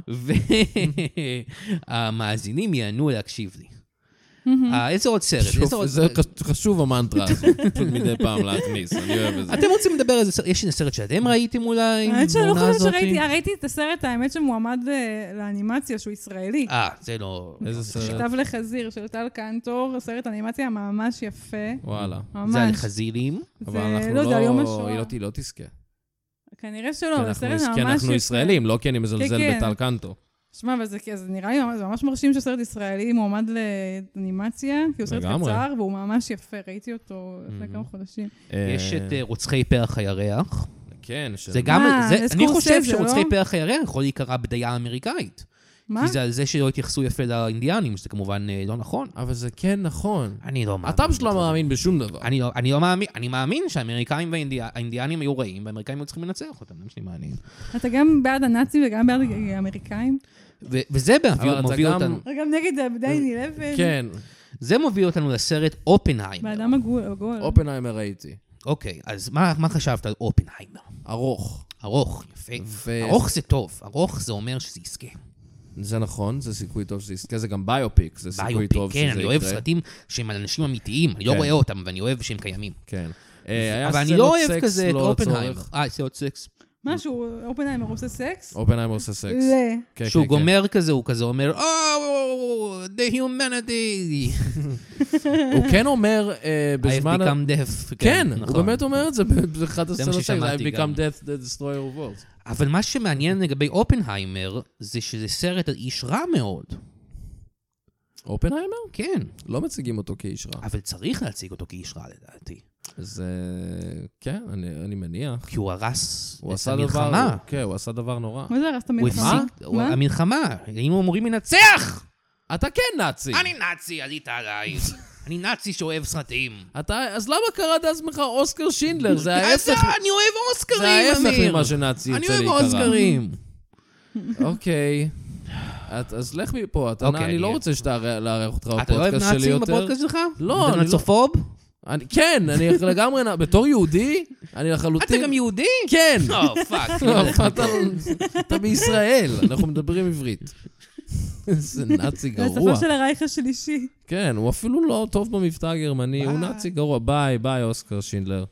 והמאזינים יענו להקשיב לי. אה, איזה עוד סרט?
שוב,
איזה עוד-
זה חש- חשוב המנטרה הזאת, פשוט מדי פעם להכניס, אני אוהב את זה.
אתם רוצים לדבר על איזה סרט? יש איזה סרט שאתם ראיתם אולי?
האמת שאני לא
בעונה
חושבת
הזאת?
שראיתי, אה, ראיתי את הסרט, האמת שמועמד אה, לאנימציה, שהוא ישראלי.
אה, זה לא...
איזה סרט?
כתב לחזיר של טל קנטור, סרט אנימציה ממש יפה.
וואלה.
זה על
ממש.
חזירים?
אבל
זה,
אנחנו
לא, זה על יום
לא, היא
השואה.
לא- היא לא תזכה.
כנראה
כי
שלא, אבל
אנחנו
סרט
יש-
ממש
כי
יפה.
אנחנו ישראלים, לא כי אני מזלזל
כן, כן.
בטל קנטו.
שמע, אבל זה, זה נראה לי ממש, זה ממש מרשים שסרט ישראלי מועמד לאנימציה, כי הוא סרט
לגמרי.
קצר, והוא ממש יפה, ראיתי אותו לפני
Mhm.
כמה חודשים.
יש
אה,
את אה, רוצחי פרח הירח.
כן, של-
זה גם...
מה,
זה-
זה
אני חושב
סקורסזה,
שרוצחי
לא?
פרח הירח יכול להיקרא בדיה האמריקאית.
מה?
כי זה על זה שלא התייחסו יפה לאינדיאנים, שזה כמובן אה, לא נכון.
אבל זה כן נכון.
אני לא מאמין.
אתה פשוט לא מאמין בשום דבר.
אני לא, אני לא מאמין, אני מאמין שהאמריקאים והאינדיאנים היו רעים, והאמריקאים היו צריכים לנצח אותם, זה מה שאני מאמין.
אתה גם בעד הנאצים וגם בעד האמריקאים?
ו- וזה
אבל
באוויר
אתה
מוביל
גם-
אותנו,
גם נגד דייני
לא
לבן?
אה, כן,
זה מוביל אותנו לסרט אופנהיימר.
באדם עגול. עגול.
אופנהיימר ראיתי.
אוקיי, אז מה, מה חשבת על אופנהיימר?
ארוך.
ארוך, יפה.
ו-
ארוך זה טוב, ארוך זה אומר שזה יזכה.
זה נכון, זה סיכוי טוב שזה יזכה, זה גם ביופיק, זה סיכוי
ביופיק,
טוב שזה
כן,
יקרה.
אני אוהב סרטים שהם על אנשים אמיתיים, אני לא
כן.
רואה אותם, ואני אוהב שהם קיימים.
כן. אה, היה
אבל אני
סצנות
לא אוהב
סקס
כזה את
לא לצורך.
אופנהיימר. אה, סרט סקס.
משהו, אופנהיימר עושה סקס?
אופנהיימר עושה סקס.
לא.
כן,
שהוא
כן,
גומר כזה, הוא כזה אומר, Oh, the humanity.
כן. הוא כן אומר אה,
I've
בזמן... ה-
become deaf.
כן, הוא
נכון.
באמת אומר את זה באחת
זה
הסצנות
מה
סקס, I've
ששמעתי גם.
become death, the destroyer of worlds.
אבל מה שמעניין לגבי אופנהיימר, זה שזה סרט על איש רע מאוד.
אופנהיימר?
כן,
לא מציגים אותו כאיש רע.
אבל צריך להציג אותו כאיש רע לדעתי.
זה... כן, אני אני מניח.
כי הוא הרס
הוא
את
עשה דבר...
המלחמה.
כן, הוא עשה דבר נורא.
מה זה הרס את
הוא
המלחמה?
הפסיק, הוא-
מה?
המלחמה, היינו אמורים לנצח!
אתה כן נאצי!
אני נאצי, עלית עליי. אני נאצי שאוהב סרטים.
אתה... אז למה קראת לעצמך אוסקר שינדלר? זה
אז
ההפך...
אני אוהב אוסקרים,
זה ההפך
אמיר.
ממה שנאצי
אני
יוצא
אוהב
להיקרא.
אוסקרים.
אוקיי. את- אז לך מפה, אתה-
אוקיי,
אני לא
אני-
רוצה שתארח אותך
אתה אוהב
בפודקאסט שלי
נאצים
יותר.
בפודקאסט שלך?
לא,
אתה
אני לא-
נאצופוב?
אני- כן, אני לגמרי, נא- בתור יהודי, אני
אתה
לחלוטין...
גם יהודי?
כן!
לא, פאק.
אתה- אתה בישראל, אנחנו מדברים עברית. איזה נאצי
זה
גרוע.
השפה של הרייך השלישי.
כן, הוא אפילו לא טוב במבטא הגרמני, הוא
ביי.
נאצי גרוע. ביי, ביי, אוסקר שינדלר.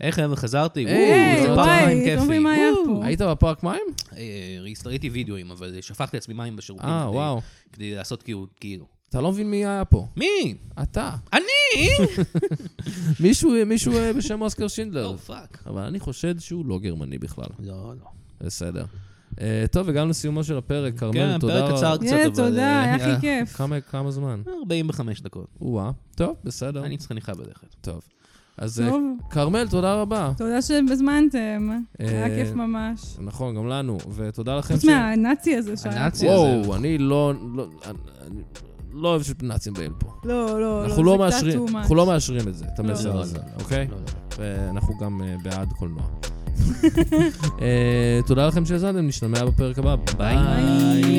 איך היום חזרתי?
היי,
וואו, זה
וואי,
פעמיים
אתה
כיפי.
מבין מה היה
וואו.
פה?
היית בפארק מים?
אה, ראיתי וידאוים, אבל שפכתי לעצמי מים בשירותים.
אה,
כדי-
וואו.
כדי לעשות כאילו- כאילו.
אתה לא מבין מי היה פה.
מי?
אתה.
אני?
מישהו מישהו, אה, בשם אוסקר שינדלר.
לא, פאק.
אבל אני חושד שהוא לא גרמני בכלל.
לא, לא.
בסדר. אה, טוב, הגענו לסיומו של הפרק, כרמל,
כן,
תודה.
פרק
רבה.
קצר קצת,
ילד,
אבל,
תודה,
אה,
היה
אה,
הכי כיף.
כמה- כמה זמן?
45 דקות.
או-אה. טוב, בסדר.
אני צריך, אני חייב ללכת.
טוב. אז אה,
טוב,
כרמל, תודה רבה.
תודה שהזמנתם. היה
אה,
כיף ממש.
נכון, גם לנו. ותודה לכם
חוץ מהנאצי הזה שהיה.
הנאצי הזה.
וואו, אני לא... לא- אני- אני לא אוהב שנאצים באים פה.
לא, לא,
אנחנו לא
זה קצת
מאשרים,
too much.
אנחנו לא מאשרים את זה, את המסר
לא,
הזה,
לא.
אוקיי?
לא, לא.
ואנחנו גם אה, בעד קולנוע. אה, תודה לכם שהאזנתם, נשתמע בפרק הבא. ביי.